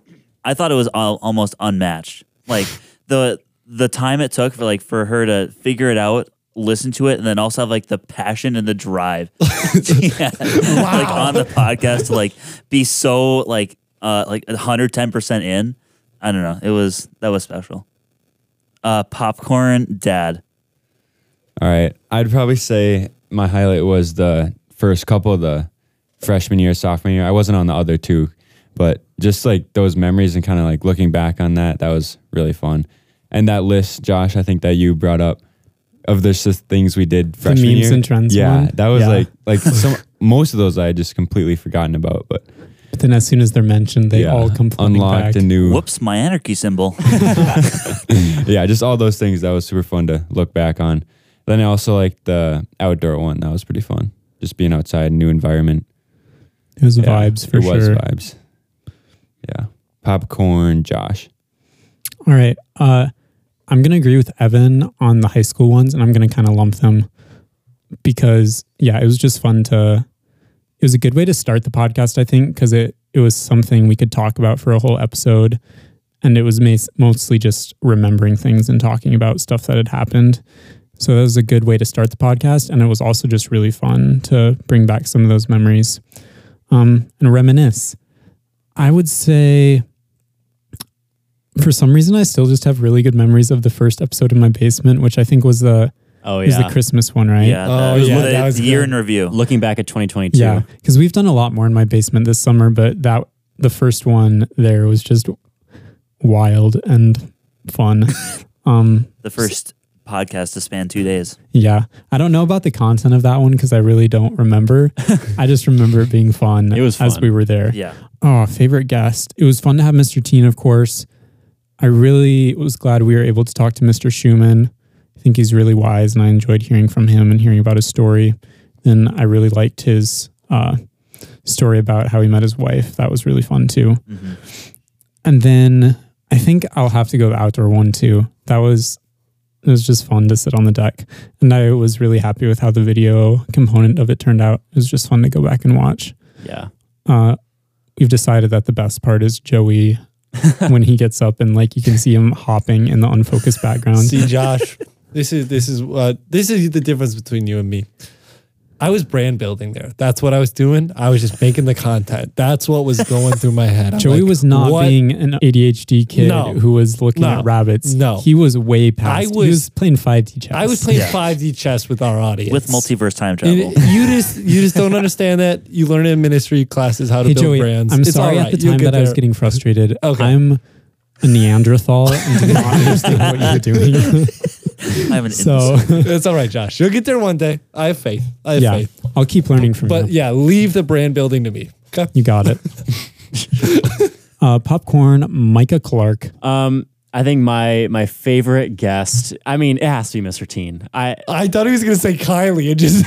I thought it was al- almost unmatched. Like the the time it took for like for her to figure it out, listen to it, and then also have like the passion and the drive, Yeah. like on the podcast to like be so like uh like hundred ten percent in. I don't know. It was that was special. Uh, popcorn dad. All right. I'd probably say my highlight was the first couple of the freshman year, sophomore year. I wasn't on the other two, but just like those memories and kind of like looking back on that, that was really fun. And that list, Josh, I think that you brought up of the s- things we did freshman memes year. and trends Yeah, one? that was Yeah. like like some most of those I had just completely forgotten about, but but then as soon as they're mentioned, they yeah, all come flooding unlocked back. a new Whoops, my anarchy symbol. yeah, just all those things that was super fun to look back on. Then I also like the outdoor one. That was pretty fun. Just being outside, new environment. it was Yeah, vibes for it sure. was vibes. Yeah. Popcorn, Josh. All right. Uh, I'm going to agree with Evan on the high school ones, and I'm going to kind of lump them because, yeah, it was just fun to. It was a good way to start the podcast, I think, because it, it was something we could talk about for a whole episode. And it was mas- mostly just remembering things and talking about stuff that had happened. So that was a good way to start the podcast. And it was also just really fun to bring back some of those memories um, and reminisce. I would say for some reason I still just have really good memories of the first episode in my basement, which I think was the Oh was yeah. the Christmas one, right? Yeah, Oh, the, yeah, the- that was the year good. in review. Looking back at 2022. Yeah, because we've done a lot more in my basement this summer, but that the first one there was just wild and fun. um, The first podcast to span two days. yeah, I don't know about the content of that one because I really don't remember. I just remember it being fun. It was as fun. we were there. Yeah, Oh, favorite guest. It was fun to have Mr. Teen, of course. I really was glad we were able to talk to Mr. Schumann. I think he's really wise, and I enjoyed hearing from him and hearing about his story. And I really liked his uh, story about how he met his wife. That was really fun too. Mhm. And then I think I'll have to go the outdoor one too. That was it was just fun to sit on the deck, and I was really happy with how the video component of it turned out. It was just fun to go back and watch. Yeah. Uh, we've decided that the best part is Joey when he gets up and like you can see him hopping in the unfocused background. See, Josh, this is this is what this is the difference between you and me. I was brand building there. That's what I was doing. I was just making the content. That's what was going through my head. I'm Joey like, was not what? being an ADHD kid No. who was looking No. at rabbits. No. he was way past. he was- was playing five D chess. I was playing Yeah. 5D chess with our audience with multiverse time travel. And You just you just don't understand that. You learn in ministry classes how to Hey build Joey, brands. I'm It's sorry all right. at the You'll time get that I was there. getting frustrated. Okay. I'm a Neanderthal and do not understand what you're doing. I'm an so innocent. It's all right, Josh. You'll get there one day. I have faith. I have yeah, faith. I'll keep learning from But you. yeah, leave the brand building to me. Okay. You got it. uh, popcorn, Micah Clark. Um, I think my my favorite guest. I mean, it has to be Mr. Teen. I I thought he was gonna say Kylie and just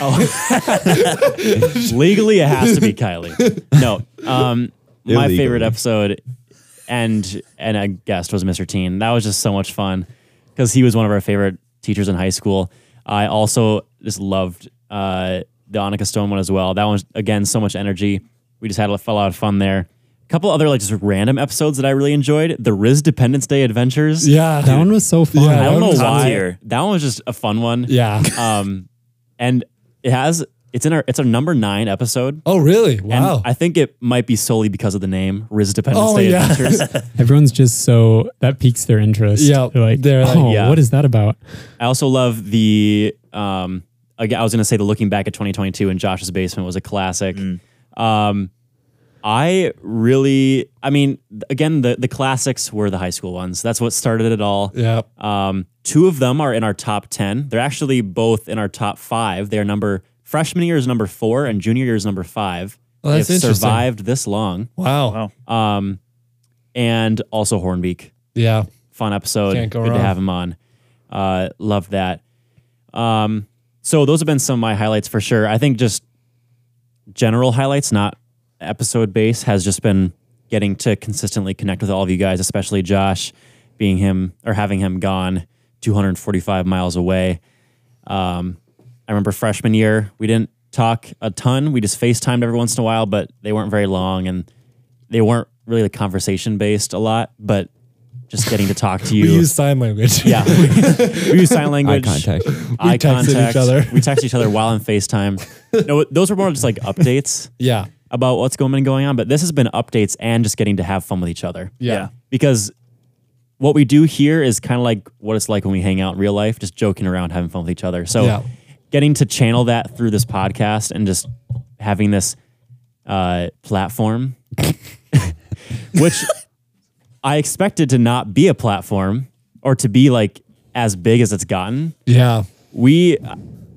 legally it has to be Kylie. No. Um, my Illegally. favorite episode and and a guest was Mr. Teen. That was just so much fun because he was one of our favorite teachers in high school. I also just loved uh, the Annika Stone one as well. That one was again so much energy. We just had a lot of fun there. A couple other like just random episodes that I really enjoyed: the Riz Dependence Day adventures. yeah. That one was so fun. Yeah. I don't know Top why. tier. That one was just a fun one. yeah. Um, and it has it's in our it's our number nine episode. Oh really? And Wow. I think it might be solely because of the name Riz Dependence Oh, Day yeah. Adventures. Everyone's just so that piques their interest. Yeah, they're like, they're like, oh, yeah." what is that about? I also love the um again, I was gonna say the looking back at 2022 in Josh's basement was a classic. Mm. Um I really I mean th- again the the classics were the high school ones. That's what started it all. yeah. Um, two of them are in our top 10. They're actually both in our top five. They're number freshman year is number four and junior year is number five. Well, that's They've interesting. survived this long. Wow. Wow. Um, and also Hornbeak. Yeah. Fun episode. Can't go Good wrong. to have him on. Uh, love that. Um, so those have been some of my highlights for sure. I think just general highlights, not episode base, has just been getting to consistently connect with all of you guys, especially Josh, being him or having him gone 245 miles away. Um, I remember freshman year, we didn't talk a ton. We just FaceTimed every once in a while, but they weren't very long and they weren't really like conversation based a lot, but just getting to talk to you. We use sign language. yeah. We, we use sign Eye language contact. eye texted each contact. other. We text each other while on FaceTime. No, those were more just like updates Yeah. about what's going and going on, but this has been updates and just getting to have fun with each other. Yeah. Because what we do here is kind of like what it's like when we hang out in real life, just joking around, having fun with each other. So Yeah. getting to channel that through this podcast and just having this uh, platform, which I expected to not be a platform or to be like as big as it's gotten Yeah. we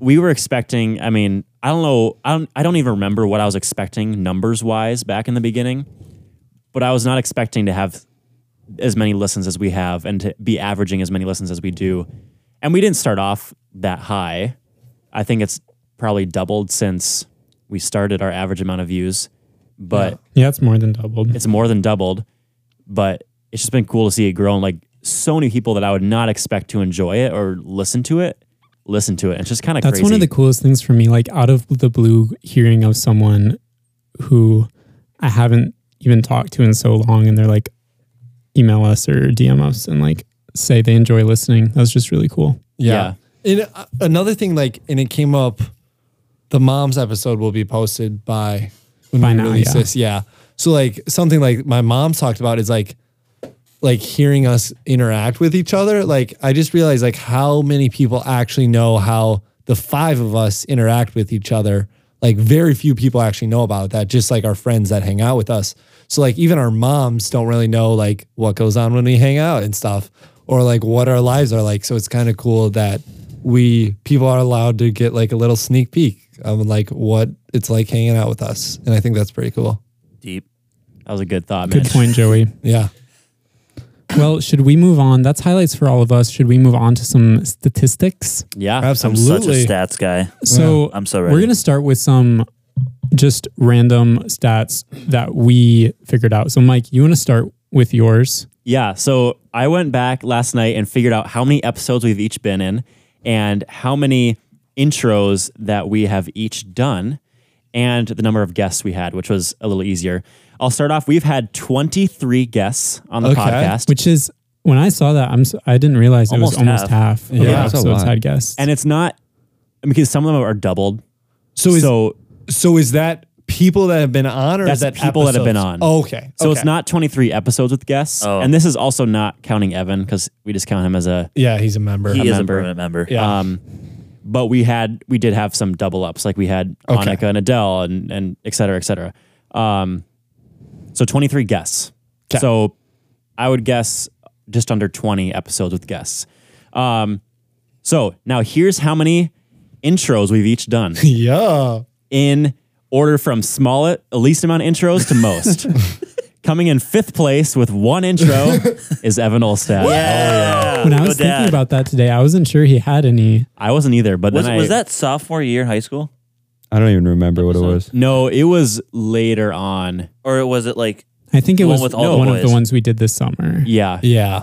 we were expecting i mean i don't know i don't i don't even remember what i was expecting numbers wise back in the beginning but i was not expecting to have as many listens as we have and to be averaging as many listens as we do and we didn't start off that high i think it's probably doubled since we started our average amount of views but Yeah, it's more than doubled. it's more than doubled, but it's just been cool to see it grow. And like so many people that I would not expect to enjoy it or listen to it, listen to it. It's just kind of That's crazy. one of the coolest things for me. Like out of the blue, hearing of someone who I haven't even talked to in so long, and they're like, email us or DM us and like say they enjoy listening. That's just really cool. Yeah. And uh, another thing, like, and it came up, the mom's episode will be posted by when By we now, release Oh, yeah. this. Yeah. So like something like my mom's talked about is like, like hearing us interact with each other. Like I just realized like how many people actually know how the five of us interact with each other. Like very few people actually know about that. Just like our friends that hang out with us. So like even our moms don't really know like what goes on when we hang out and stuff, or like what our lives are like. So it's kind of cool that we people are allowed to get like a little sneak peek of like what it's like hanging out with us. And I think that's pretty cool. Deep. that was a good thought, man. Good point, Joey. Yeah. Well, should we move on? That's highlights for all of us. Should we move on to some statistics? Yeah. I'm such a Absolutely. stats guy. So I'm so We're ready. going to start with some just random stats that we figured out. So, Mike, you want to start with yours? Yeah. So I went back last night and figured out how many episodes we've each been in and how many intros that we have each done and the number of guests we had, which was a little easier. I'll start off. We've had 23 guests on the Okay. podcast. Which is when I saw that, I'm s- I didn't realize Almost it was almost half. of the Yeah, that's a episodes lot. had guests. and it's not because some of them are doubled. So is so so is that people that have been on, or That's is that people that have been episodes? on. Oh, okay. So Okay. it's not 23 episodes with guests. Oh. And this is also not counting Evan because we just count him as a. Yeah, he's a member. He is member. a permanent member. yeah. Um, but we had, we did have some double ups. Like we had Okay. Annika and Adele and, and et cetera, et cetera. Um, so 23 guests. 'Kay. So I would guess just under 20 episodes with guests. Um, so now here's how many intros we've each done yeah. in order from smallest, least amount of intros to most. Coming in fifth place with one intro is Evan Olstad. Oh, Yeah. when I uh, Go was thinking Dad. about that today, I wasn't sure he had any. I wasn't either, but was, then was I, that sophomore year in high school, I don't even remember what it was. no, it was later on. or was it like I think it The one was with all the one of the boys. ones we did this summer. Yeah, Yeah.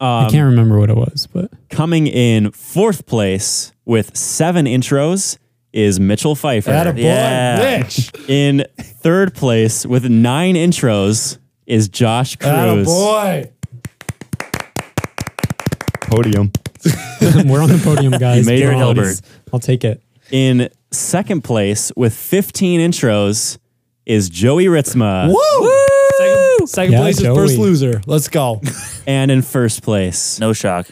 Um, I can't remember what it was, but coming in fourth place with seven intros is Mitchell Pfeiffer. Atta boy, Yeah. Mitch. in third place with nine intros is Josh Atta Cruz. boy. Podium. we're on the podium, guys. made it, Come on. Hilbert. I'll take it. In second place with 15 intros is Joey Ritzma. Second, second Yeah, place is first Joey. loser. Let's go. And in first place, no shock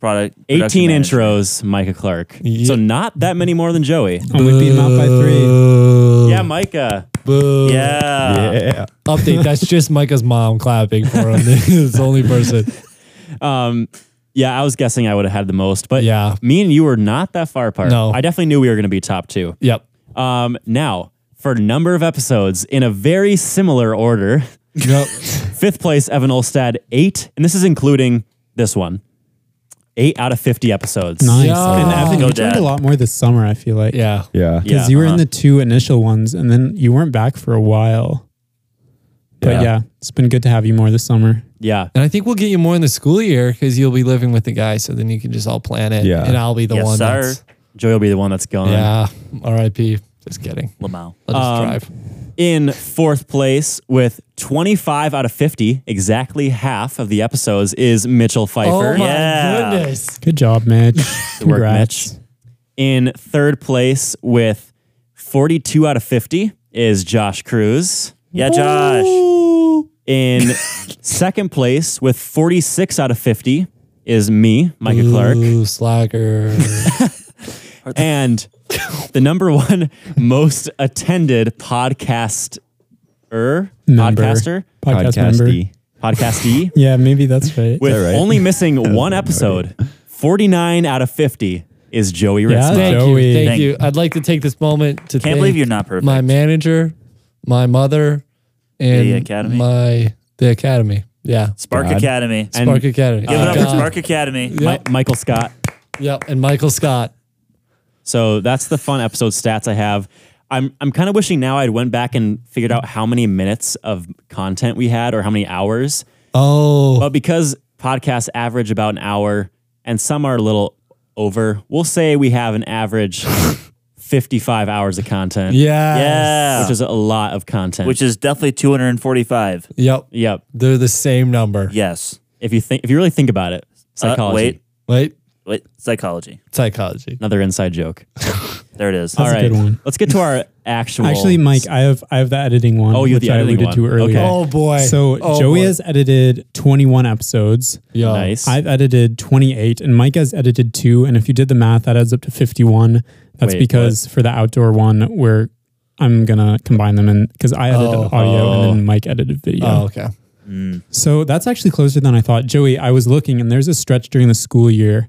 product? 18 production manager. intros, Micah Clark. Yeah. So not that many more than Joey. And we beat him out by three. Boo. Yeah, Micah. Boo. Ah. Yeah. Yeah. Update. That's just Micah's mom clapping for him. He's the only person. Um, yeah, I was guessing I would have had the most, but Yeah. me and you were not that far apart. No. I definitely knew we were going to be top two. Yep. Um, now, for number of episodes in a very similar order, Yep. fifth place, Evan Olstad, eight, and this is including this one, eight out of 50 episodes. Nice. Yeah. And Evan, Go you drank Dad. a lot more this summer, I feel like. yeah. Yeah. Yeah. uh-huh. Because you were in the two initial ones and then you weren't back for a while. But yeah. Yeah. it's been good to have you more this summer. Yeah. And I think we'll get you more in the school year because you'll be living with the guy. So then you can just all plan it. Yeah. And I'll be the Yes, one. sir. That's, Joey will be the one that's gone. yeah. R.I.P. Just kidding. Lamau. Let us Um, drive. in fourth place with 25 out of 50, exactly half of the episodes, is Mitchell Pfeiffer. Oh my yeah. goodness. Good job, Mitch. Good work, Congrats. Mitch. In third place with 42 out of 50 is Josh Cruz. Yeah, Josh. In second place with 46 out of 50 is me, Micah Clark. Ooh, slacker. And the number one most attended podcast er Member. podcaster Podcast member. Podcasty. podcastee Yeah, maybe that's right. with right? only missing one episode. 49 out of 50 is Joey Yeah. Ritzma. Thank Joey. you. Thank, Thank- you. I'd like to take this moment to Can't believe you're not perfect. my manager, my mother, and The academy? My the academy. Yeah. Spark God. Academy. And Spark Academy. Give it up for God. Spark Academy. Mi- Yep. Michael Scott. Yep. And Michael Scott. So that's the fun episode stats I have. I'm I'm kind of wishing now I'd went back and figured out how many minutes of content we had or how many hours. Oh. But because podcasts average about an hour and some are a little over, we'll say we have an average 55 hours of content. Yeah. Yeah. Which is a lot of content. which is definitely 245. Yep. yep. They're the same number. Yes. If you think if you really think about it, Uh, psychology. wait, Wait. wait, psychology. Psychology. Another inside joke. There it is. All a right. good one. Let's get to our actual Actually, Mike, I have I have the editing one, Oh, you have which the I editing alluded one. to earlier. Okay. Oh boy. So oh, Joey boy. has edited 21 episodes. Yeah. nice. I've edited 28 and Mike has edited two. And if you did the math, that adds up to 51. That's Wait, because for the outdoor one, we're I'm gonna combine them in because I edited Oh. audio Oh. and then Mike edited video. Oh, okay. So that's actually closer than I thought. Joey, I was looking and there's a stretch during the school year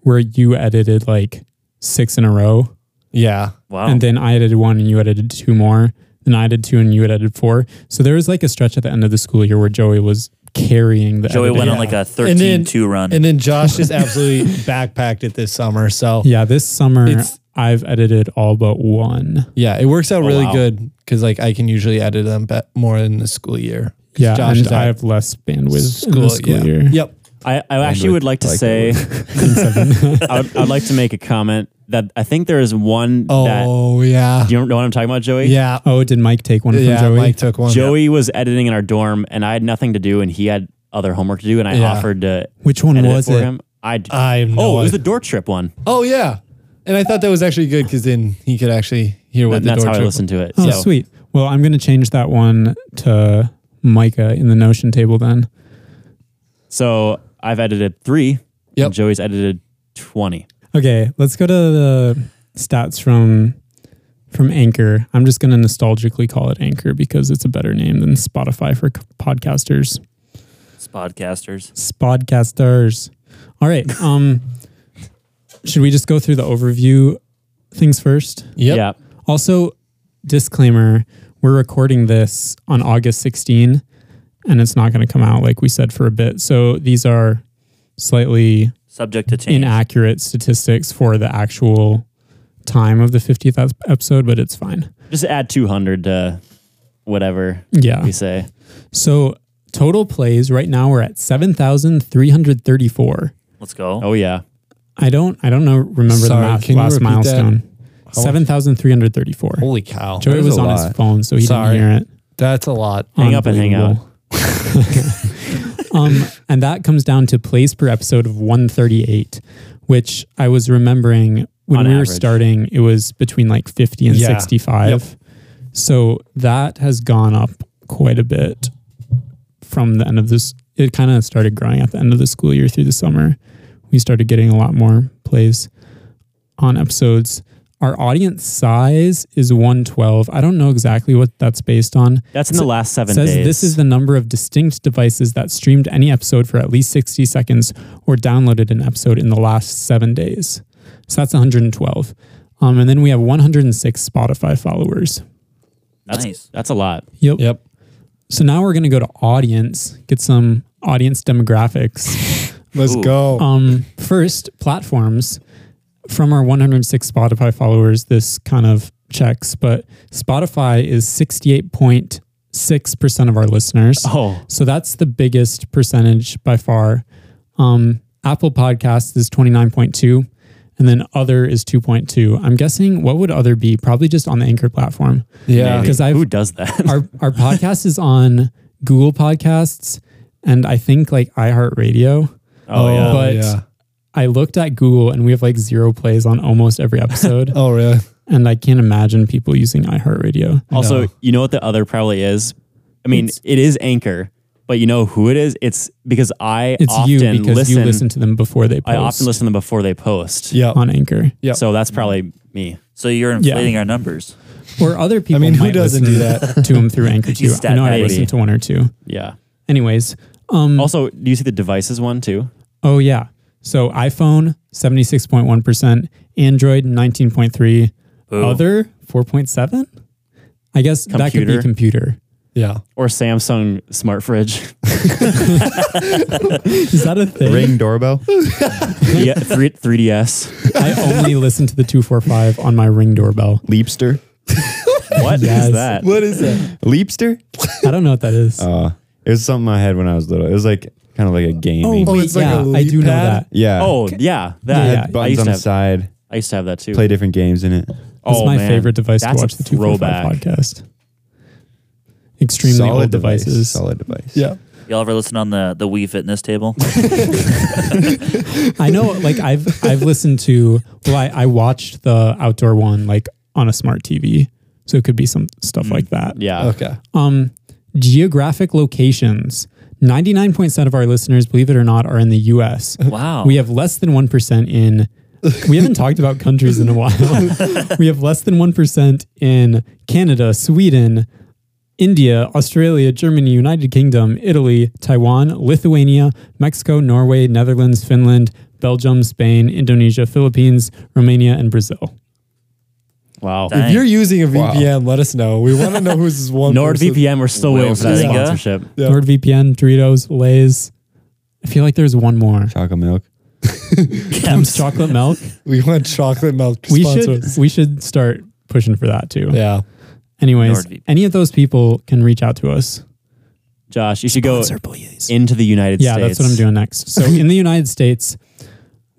where you edited like six in a row. Yeah. Wow. And then I edited one and you edited two more. Then I did two and you had edited four. So there was like a stretch at the end of the school year where Joey was carrying the. Joey editing. went on like a And then- 13-2 run. And then Josh just absolutely backpacked it this summer. So Yeah, this summer It's- I've edited all but one. yeah, it works out really Oh, wow. good because like I can usually edit them be- more in the school year. 'Cause Yeah, Josh and is out I have less bandwidth in the school yeah. year. Yep. I, I actually would like to like say, it I would, I'd like to make a comment that I think there is one that Oh yeah. you don't know what I'm talking about, Joey. Yeah. Oh, did Mike take one Yeah. from Joey? Mike took one. Joey was editing in our dorm, and I had nothing to do, and he had other homework to do, and I Yeah. offered to Which one edit it was for it? him. I I have no oh, it was the idea. door trip one. Oh yeah. And I thought that was actually good because then he could actually hear what And the that's door how I trip- listened to it. Oh, so sweet. Well, I'm going to change that one to Micah in the Notion table then. so I've edited three. Yep. and Joey's edited twenty. Okay, let's go to the stats from from Anchor. I'm just going to nostalgically call it Anchor because it's a better name than Spotify for c- podcasters. Spodcasters. Spodcasters. All right. Um should we just go through the overview things first? Yep. Yeah. Also, disclaimer, we're recording this on August 16 and it's not going to come out like we said for a bit. So these are slightly Subject to change. inaccurate statistics for the actual time of the 50th ep- episode, but it's fine. Just add two hundred to whatever Yeah. we say. So total plays right now we're at 7,334. Let's go. Oh yeah. I don't I don't know remember Sorry, the math, can you last repeat that? milestone. 7,334. Holy cow. Joey That is was a on his lot. phone, so he Sorry. didn't hear it. That's a lot. Hang up and hang out. Unbelievable. um, and that comes down to plays per episode of 138, which I was remembering when On we were average. starting, it was between like 50 and Yeah. 65. So that has gone up quite a bit from the end of this. It kind of started growing at the end of the school year through the summer. We started getting a lot more plays on episodes. Our audience size is 112. I don't know exactly what that's based on That's in the last seven says days. this is the number of distinct devices that streamed any episode for at least 60 seconds or downloaded an episode in the last seven days. So that's 112. Um, and then we have 106 Spotify followers. Nice. That's a lot. Yep. Yep. So now we're going to go to audience, get some audience demographics. Let's Ooh. go. Um, first, platforms. From our 106 Spotify followers, this kind of checks, but Spotify is 68.6% of our listeners. Oh. So that's the biggest percentage by far. Um, Apple Podcasts is 29.2, and then other is 2.2. I'm guessing what would other be? Probably just on the Anchor platform. yeah. Because Because I've- who does that? Our, our podcast is on Google Podcasts and I think like iHeartRadio. oh yeah. but- I looked at Google and we have like zero plays on almost every episode. Oh really? and I can't imagine people using iHeartRadio. Also, No. you know what the other probably is? I mean, it's, Anchor, but you know who it is? It's because I It's often you because listen, you listen to them before they post I often listen to them before they post. Yeah. on Anchor. Yeah. So that's probably me. So you're inflating our numbers. Or other people. I mean, who might doesn't do listen that? to them through Anchor too. He's I know I that petty. listened to one or two. Yeah. Anyways, um, Also, do you see the devices one too? oh yeah. So iPhone seventy six point one percent, Android nineteen point three, Ooh. other four point seven. I guess that could be Computer. computer. Yeah. Or Samsung smart fridge? Is that a thing? Ring doorbell. yeah, three, 3DS. I only listen to the two four five on my Ring doorbell. Leapster. What is Yes. that? What is that? Leapster. I don't know what that is. Oh, Uh, it was something I had when I was little. It was like kind of like a gaming. Oh, it's like yeah, a I do leap know pad? that. yeah. Oh, yeah. That. It Yeah, had yeah. I, buttons used on to the have, side. I used to have that too. Play different games in it. It's oh, my man. favorite device That's to a watch the two four five throwback. podcast. Extremely old device, devices. Solid device. Yeah. Y'all ever listen on the, the Wii Fitness table? I know, like I've I've listened to. Well, I, I watched the outdoor one like on a smart TV, so it could be some stuff like that. Yeah. Okay. Um, geographic locations. Ninety nine percent of our listeners, believe it or not, are in the U.S. Wow. We have less than one percent in. We haven't talked about countries in a while. we have less than one percent in Canada, Sweden, India, Australia, Germany, United Kingdom, Italy, Taiwan, Lithuania, Mexico, Norway, Netherlands, Finland, Belgium, Spain, Indonesia, Philippines, Romania, and Brazil. Wow. Dang. If you're using a VPN, let us know. We want to know who's this one. person. NordVPN, we're still waiting for that Wilzinga. sponsorship. Yeah. NordVPN, Doritos, Lay's. I feel like there's one more. Chocolate milk. Kim's chocolate milk. We want chocolate milk to we sponsor should us. we should start pushing for that too. Yeah. Anyways, NordVPN. any of those people can reach out to us. Josh, you should go please. into the United Yeah, States. that's what I'm doing next. So in the United States,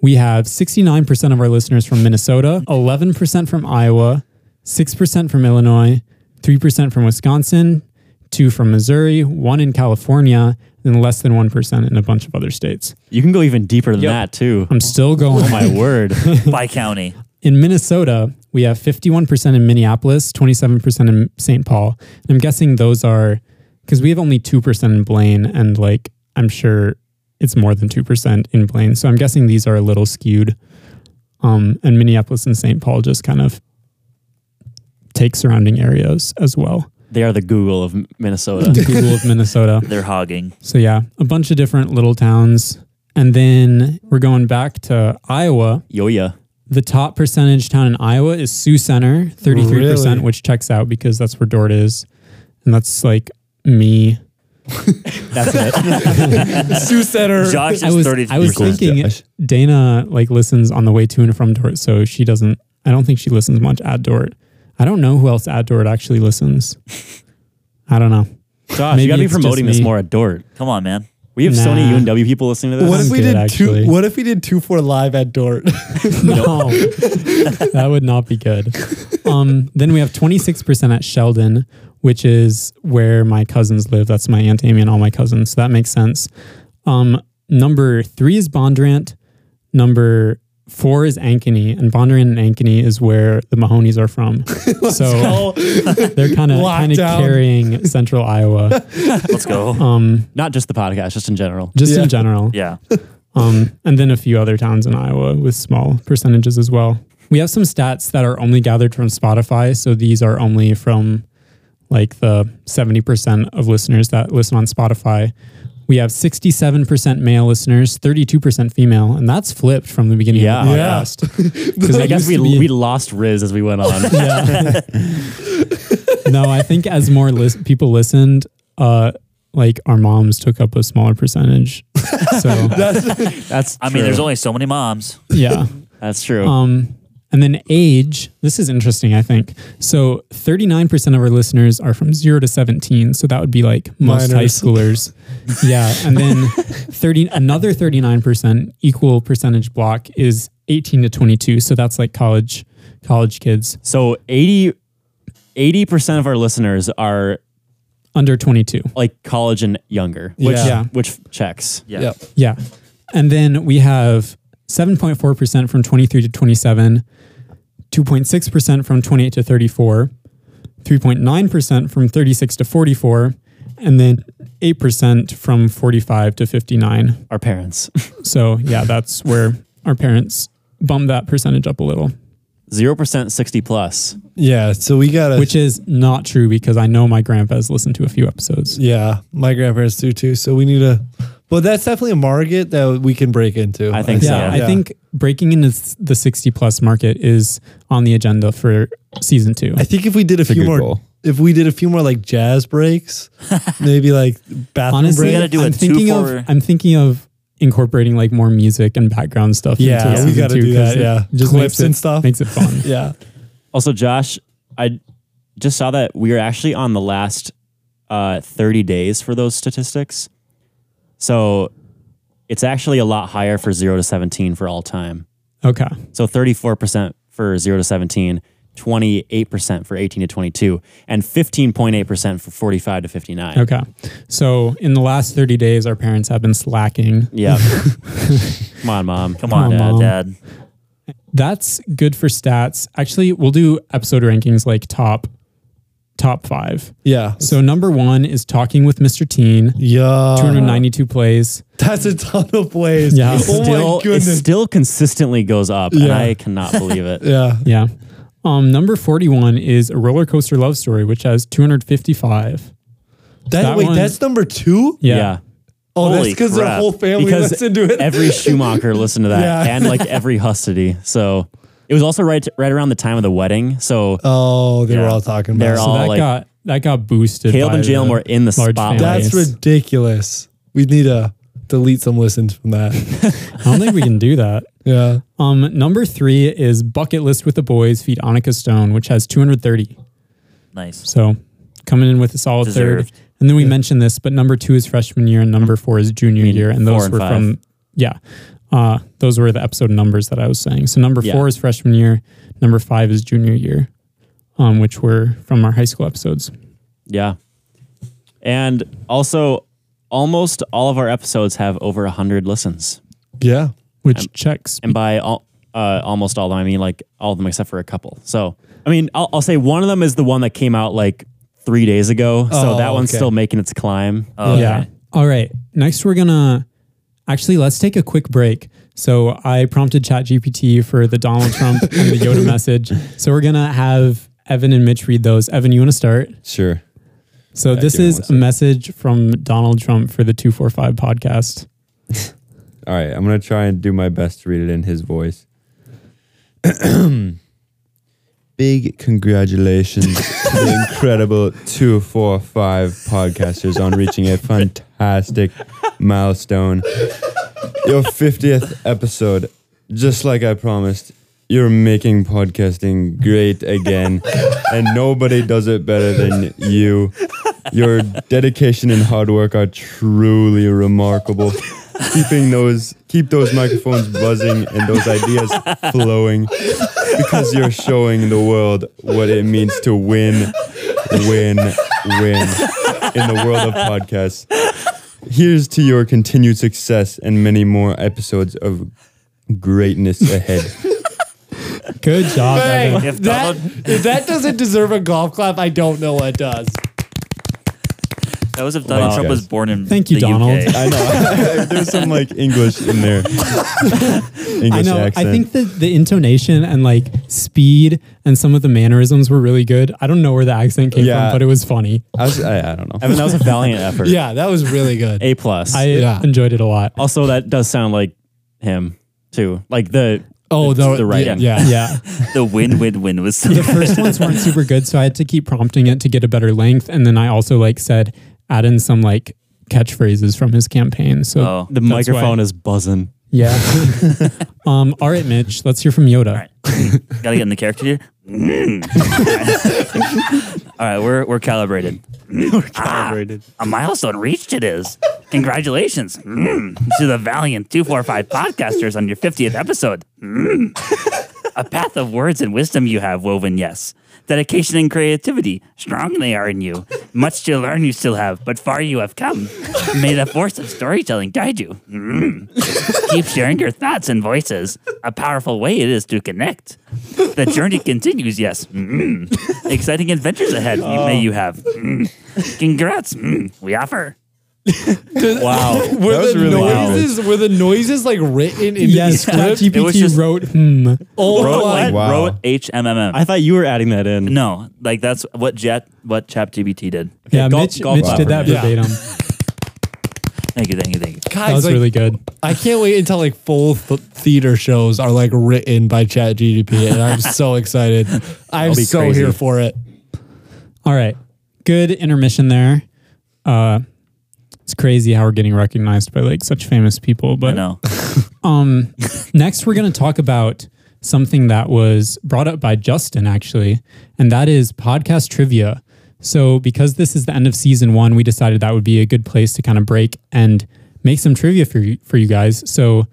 we have 69% of our listeners from Minnesota, 11% from Iowa, 6% from Illinois, 3% from Wisconsin, 2 from Missouri, 1 in California, and less than 1% in a bunch of other states. You can go even deeper than Yep. that, too. I'm still going. Oh, my word. by county. In Minnesota, we have 51% in Minneapolis, 27% in St. Paul. And I'm guessing those are because we have only 2% in Blaine, and like I'm sure it's more than 2% in Blaine. So I'm guessing these are a little skewed. Um, and Minneapolis and St. Paul just kind of take surrounding areas as well. They are the Google of Minnesota. The Google of Minnesota. They're hogging. So yeah, a bunch of different little towns. And then we're going back to Iowa. Yo, yeah. The top percentage town in Iowa is Sioux Center, 33%, Really? which checks out because that's where Dort is. And that's like me. That's it. Sioux Center. Josh is I was, thirty. I was thinking Josh. Dana like listens on the way to and from Dort, so she doesn't, I don't think she listens much at Dort. I don't know who else at Dort actually listens. I don't know. Josh, Maybe you got to be it's just promoting this me. more at Dort. Come on, man. We have so many Nah. UNW people listening to this. What if I'm we good, did actually. two? What if we did two for live at Dort? No, that would not be good. Um, then we have 26% at Sheldon, which is where my cousins live. That's my Aunt Amy and all my cousins. So that makes sense. Um, number three is Bondurant. Number four is Ankeny. And Bondurant and Ankeny is where the Mahonies are from. so they're kind of kind of Lockdown. carrying central Iowa, Let's go. Oh, Not just the podcast, just in general. just Yeah. in general. yeah. um, and then a few other towns in Iowa with small percentages as well. We have some stats that are only gathered from Spotify, so these are only from like the 70% of listeners that listen on Spotify. We have 67% male listeners, 32% female, and that's flipped from the beginning of the Yeah. Yeah. podcast. Because I guess we, be- we lost Riz as we went on. no, I think as more lis- people listened, uh, like our moms took up a smaller percentage. So That's I true. mean, there's only so many moms. yeah. That's true. Um, and then age. This is interesting, I think. So 39% of our listeners are from 0 to 17. So that would be like most high Minors. schoolers. yeah. And then 30, another 39% equal percentage block is 18 to 22. So that's like college college kids so 80 percent of our listeners are under 22. like college and younger, which Yeah. which checks. Yeah. Yep. Yeah. And then we have 7.4% from 23 to 27, 2.6% from 28 to 34, 3.9% from 36 to 44, and then 8% from 45 to 59. Our parents. So, yeah, that's where our parents bumped that percentage up a little, Zero percent sixty plus. Yeah. So we gotta. which is not true because I know my grandpa's listened to a few episodes. yeah, my grandparents do too. So we need a. But that's definitely a market that we can break into. I think so. Yeah, Yeah. I think breaking into s- the 60 plus market is on the agenda for season two. I think if we did a a few good more, goal. if we did a few more like jazz breaks, maybe like bathroom Honestly, break. gotta do I'm a two thinking for- of I'm thinking of incorporating like more music and background stuff. Yeah, into we season gotta two, do 'cause that, it yeah. just Clips makes and it- stuff. makes it fun. yeah. Also, Josh, I just saw that we are actually on the last uh, 30 days for those statistics. So it's actually a lot higher for 0 to 17 for all time. okay, So 34% for 0 to 17, 28% for 18 to 22, and 15.8% for 45 to 59. okay. So in the last 30 days, our parents have been slacking. Yeah. Come on, mom. Come on, Come dad. on. Dad. That's good for stats. Actually, we'll do episode rankings like top top five. Yeah. So number one is talking with Mr. Teen, Yeah. 292 plays. That's a ton of plays. Yeah. It's Oh Still, my it goodness. still consistently goes up, and Yeah. I cannot believe it. Yeah. Yeah. Um, number 41 is a roller coaster love story, which has 255. That, That wait, one- that's number two? Yeah. Oh, Holy that's because their crap. whole family Because listened to it. every Schumacher listened to that Yeah. and like every Hustody. So It was also right right around the time of the wedding, so Oh, they were Yeah. all talking They're about. it. all- So that like- got that got boosted. Caleb by and Jalen the were in the large spotlight. families. That's ridiculous. We need to delete some listens from that. I don't think we can do that. yeah. Um, number three is bucket list with the boys feed Annika Stone, which has 230. Nice. So coming in with a solid Deserved. third. And then we mentioned this, but number two is freshman year and number four is junior mean, year. And four those and were five. from, yeah, uh, those were the episode numbers that I was saying. So number Yeah. four is freshman year, number five is junior year, um, which were from our high school episodes. Yeah. And also, almost all of our episodes have over 100 listens. Yeah. Which checks And by all, uh, almost all of them, I mean like all of them except for a couple. So, I mean, I'll, I'll say one of them is the one that came out like three days ago. So Oh, that one's okay. still making its climb. Oh, Um, okay. Yeah. All right. Next, we're going to actually let's take a quick break. So I prompted ChatGPT for the Donald Trump and the Yoda message. So we're going to have Evan and Mitch read those. Evan, you want to start? Sure. So this give me is one a message from Donald Trump for the 245 podcast. All right, I'm going to try and do my best to read it in his voice. Big congratulations to the incredible 245 podcasters on reaching a fantastic milestone. Your 50th episode. Just like I promised, you're making podcasting great again, and nobody does it better than you. Your dedication and hard work are truly remarkable. Keeping those keep those microphones buzzing and those ideas flowing because you're showing the world what it means to win, win, win in the world of podcasts. Here's to your continued success and many more episodes of greatness ahead. Good job, Evan. If that, Donald- if that doesn't deserve a golf clap, I don't know what does. That was if Donald Wow. Trump was Guys. born in Thank you, the Donald. UK. I know. There's some like English in there. I English know. accent. I think the, the intonation and like speed and some of the mannerisms were really good. I don't know where the accent came Yeah. from, but it was funny. I, was, I, I don't know. Evan, that was a valiant effort. Yeah, that was really good. A plus. I Yeah. enjoyed it a lot. also, that does sound like him too. Like the, oh, the, the writing. Yeah. Yeah. The win, win, win was the first ones weren't super good, so I had to keep prompting it to get a better length. And then I also like said, add in some like catchphrases from his campaign. So Oh. the That's microphone why- is buzzing. yeah. um, all right, Mitch, let's hear from Yoda. right. Gotta get in the character here. All right, we're we're calibrated. we're calibrated. a milestone reached it is. Congratulations mm, to the valiant 245 podcasters on your 50th episode. Mm. a path of words and wisdom you have woven, yes. Dedication and creativity, strong they are in you. Much to learn you still have, but far you have come. May the force of storytelling guide you. Mm. Keep sharing your thoughts and voices. A powerful way it is to connect. The journey continues, yes. Mm. Exciting adventures ahead may you have. Mm. Congrats. Mm. We offer. Wow. Were That was the really loud. noises were the noises like written in Yes, the script? It was ChatGPT just- wrote hmm. Oh Wrote my like Wow. wrote HMMM. I thought you were adding that in. no, like that's what Jet what ChatGPT did. Yeah, golf- Mitch, golf Mitch clap did for that me. Yeah. verbatim. Thank you, thank you, thank you. guys, That was like, really good. I can't wait until like full th- theater shows are like written by Chat GDP, and I'm so excited. I'm be so crazy. here for it. All right. Good intermission there. Uh it's crazy how we're getting recognized by like such famous people, I but know. Um, next, we're going to talk about something that was brought up by Justin, actually, and that is podcast trivia. So, because this is the end of season one, we decided that would be a good place to kind of break and make some trivia for you, for you guys. So,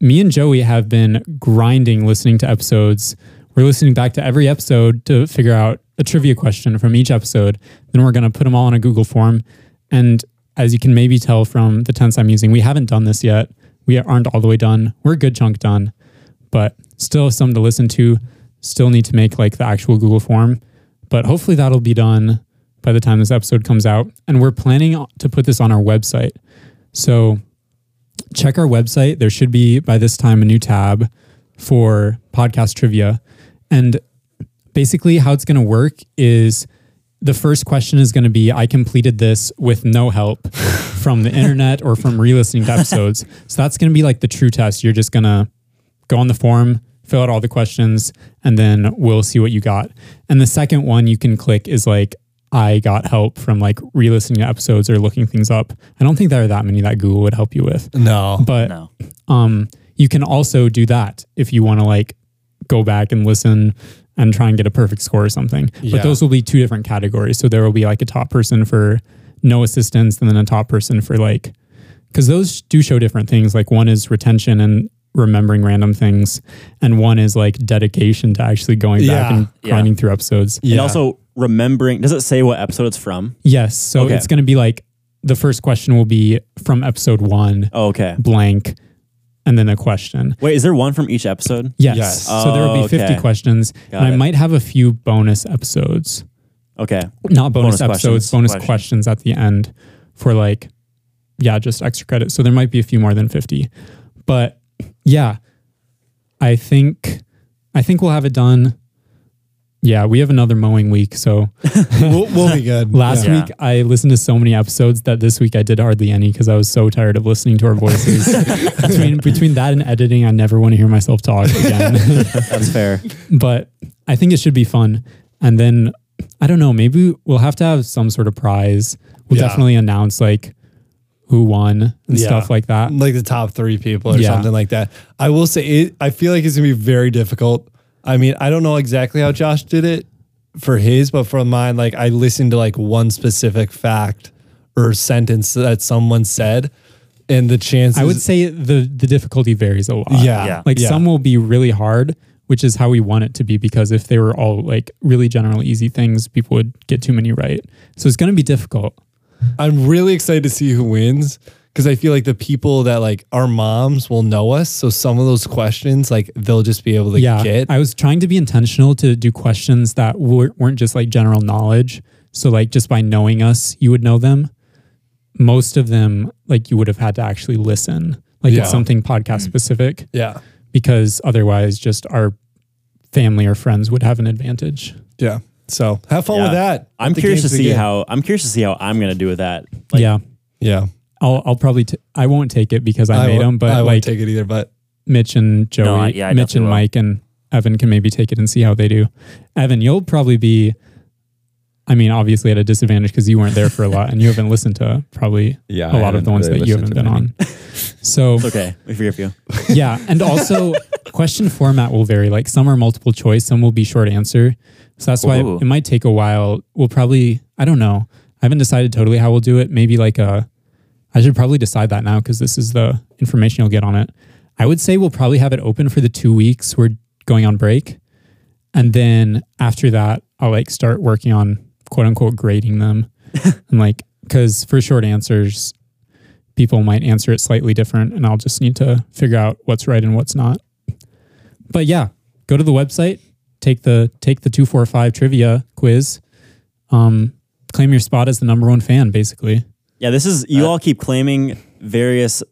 me and Joey have been grinding listening to episodes. We're listening back to every episode to figure out a trivia question from each episode. Then we're going to put them all in a Google form. And as you can maybe tell from the tense I'm using, we haven't done this yet. We aren't all the way done. We're a good chunk done, but still some to listen to. Still need to make like the actual Google form. But hopefully that'll be done by the time this episode comes out. And we're planning to put this on our website. So check our website. There should be by this time a new tab for podcast trivia. And basically, how it's going to work is the first question is going to be I completed this with no help from the internet or from re listening to episodes. So that's going to be like the true test. You're just going to go on the forum, fill out all the questions, and then we'll see what you got. And the second one you can click is like, I got help from like re listening to episodes or looking things up. I don't think there are that many that Google would help you with, No. but No. um, you can also do that if you want to like go back and listen and try and get a perfect score or something. Yeah. But those will be two different categories. So there will be like a top person for no assistance and then a top person for like, because those do show different things. Like one is retention and remembering random things, and one is like dedication to actually going back Yeah. and Yeah. grinding through episodes. And also remembering, does it say what episode it's from? Yes. So Okay. it's going to be like the first question will be from episode one, Oh, okay. blank, and then a question. Wait, is there one from each episode? Oh, Yes. Yes. so there will be 50 Okay. questions. Got and I it. might have a few bonus episodes. Okay. Not bonus, Bonus episodes, questions. bonus Questions. questions at the end for like, yeah, just extra credit. So there might be a few more than 50. But yeah, I think I think we'll have it done. Yeah, we have another mowing week. So we'll, we'll be good. last Yeah. week I listened to so many episodes that this week I did hardly any because I was so tired of listening to our voices. between between that and editing, I never want to hear myself talk again. That's fair. but I think it should be fun. And then I don't know, maybe we'll have to have some sort of prize. We'll Yeah. definitely announce like who won and Yeah. stuff like that. like the top three people or Yeah. something like that. I will say, it, I feel like it's gonna be very difficult. I mean, I don't know exactly how Josh did it for his, but for mine, like I listened to like one specific fact or sentence that someone said, and the chances I would say the the difficulty varies a lot. yeah, Yeah. Like yeah. some will be really hard, which is how we want it to be because if they were all like really general easy things, people would get too many right. So it's going to be difficult. I'm really excited to see who wins because I feel like the people that like our moms will know us, so some of those questions like they'll just be able to yeah. get. I was trying to be intentional to do questions that were, weren't just like general knowledge. So, like, just by knowing us, you would know them. Most of them, like, you would have had to actually listen. Yeah. Like, Mm-hmm. it's something podcast specific yeah, because otherwise, just our family or friends would have an advantage. yeah. So have fun Yeah. with that. I'm Let the curious to games see begin. how I'm curious to see how I'm gonna do with that. Like, yeah. Yeah, I'll, I'll probably, t- I won't take it because I, made 'em, made won't- them, but I like won't take it either. But Mitch and Joey, I- yeah, I Mitch definitely and will. Mike and Evan can maybe take it and see how they do. Evan, you'll probably be, I mean, obviously at a disadvantage because you weren't there for a lot and you haven't listened to probably Yeah, a I lot of the haven't ones really that you haven't listened been to on. So, It's okay. We forgive you. yeah. And also, question format will vary. Like some are multiple choice, some will be short answer. So that's why Ooh. it might take a while. We'll probably, I don't know. I haven't decided totally how we'll do it. Maybe like a, I should probably decide that now because this is the information you'll get on it. I would say we'll probably have it open for the two weeks we're going on break. And then after that, I'll like start working on quote unquote grading them. and like, because for short answers, people might answer it slightly different and I'll just need to figure out what's right and what's not. But yeah, go to the website, take the take the 245 trivia quiz. Um claim your spot as the number 1 fan basically. Yeah, this is Uh, you all keep claiming various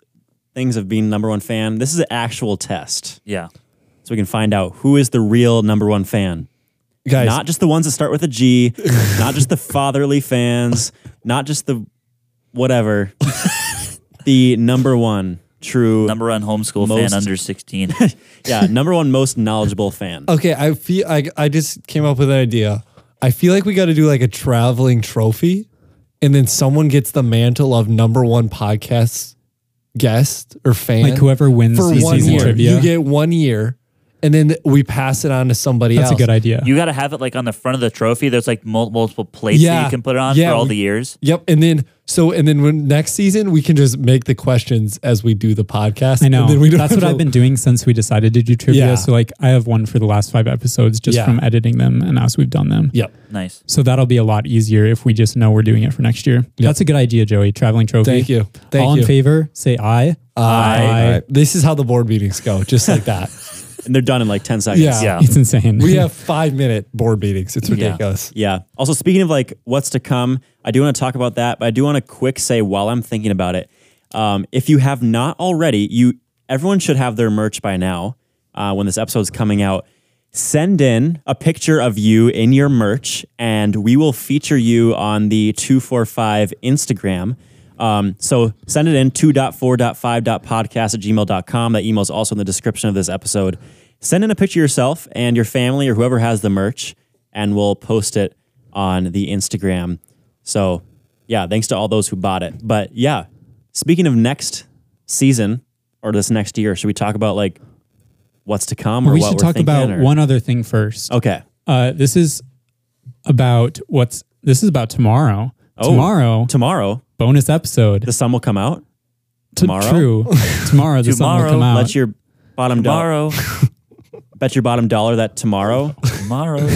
things of being number one fan. This is an actual test. Yeah. So we can find out who is the real number one fan. guys, Not just the ones that start with a G, not just the fatherly fans, not just the whatever. the number one true Number one homeschool Most- fan under 16. yeah, number one most knowledgeable fan. Okay, I feel I I just came up with an idea. I feel like we got to do like a traveling trophy, and then someone gets the mantle of number one podcast guest or fan. Like whoever wins for the one season year, trivia. you get one year, and then we pass it on to somebody that's a else. good idea. you got to have it like on the front of the trophy. There's like mul- multiple plates that Yeah. you can put it on Yeah, for all we- the years. Yep, and then so and then when next season we can just make the questions as we do the podcast. I know. And then we don't That's have what to- I've been doing since we decided to do trivia. Yeah. So like I have one for the last 5 episodes just Yeah. from editing them and as we've done them. Yep. Nice. So that'll be a lot easier if we just know we're doing it for next year. That's a good idea, Joey. Traveling trophy. Thank you. Thank All you. in favor, say aye. Uh, Aye. Aye. This is how the board meetings go, just like that. And they're done in like 10 seconds. Yeah. Yeah. It's insane. we have five minute board meetings. It's ridiculous. Yeah. Also, speaking of like what's to come, I do want to talk about that, but I do want to quick say while I'm thinking about it, um, if you have not already, you everyone should have their merch by now. Uh, when this episode's coming out, send in a picture of you in your merch, and we will feature you on the two four five Instagram. Um, so send it in 2.4.5.podcast at gmail.com. That email is also in the description of this episode. Send in a picture of yourself and your family or whoever has the merch, and we'll post it on the Instagram. So, yeah, thanks to all those who bought it. But yeah, speaking of next season or this next year, should we talk about like what's to come or we what should we're talk thinking, about or- one other thing first. Okay. Uh, this is about what's this is about tomorrow. Oh. Tomorrow, Tomorrow, bonus episode. the sun will come out. T- tomorrow? True. tomorrow, the sun will Tomorrow, come out. Let your bottom dollar tomorrow, bet your bottom dollar that tomorrow. tomorrow.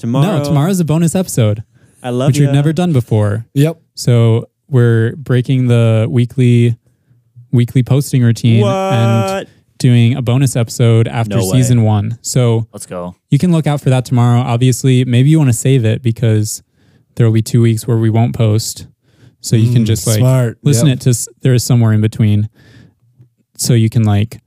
Tomorrow. no, tomorrow's a bonus episode, I love which you. we've never done before. Yep. So we're breaking the weekly weekly posting routine and What? doing a bonus episode after No way. season one. So Let's go. you can look out for that tomorrow. Obviously, maybe you want to save it because there will be two weeks where we won't post. So you Mm, can just like smart. listen Yep. it to s- there is somewhere in between. So you can like,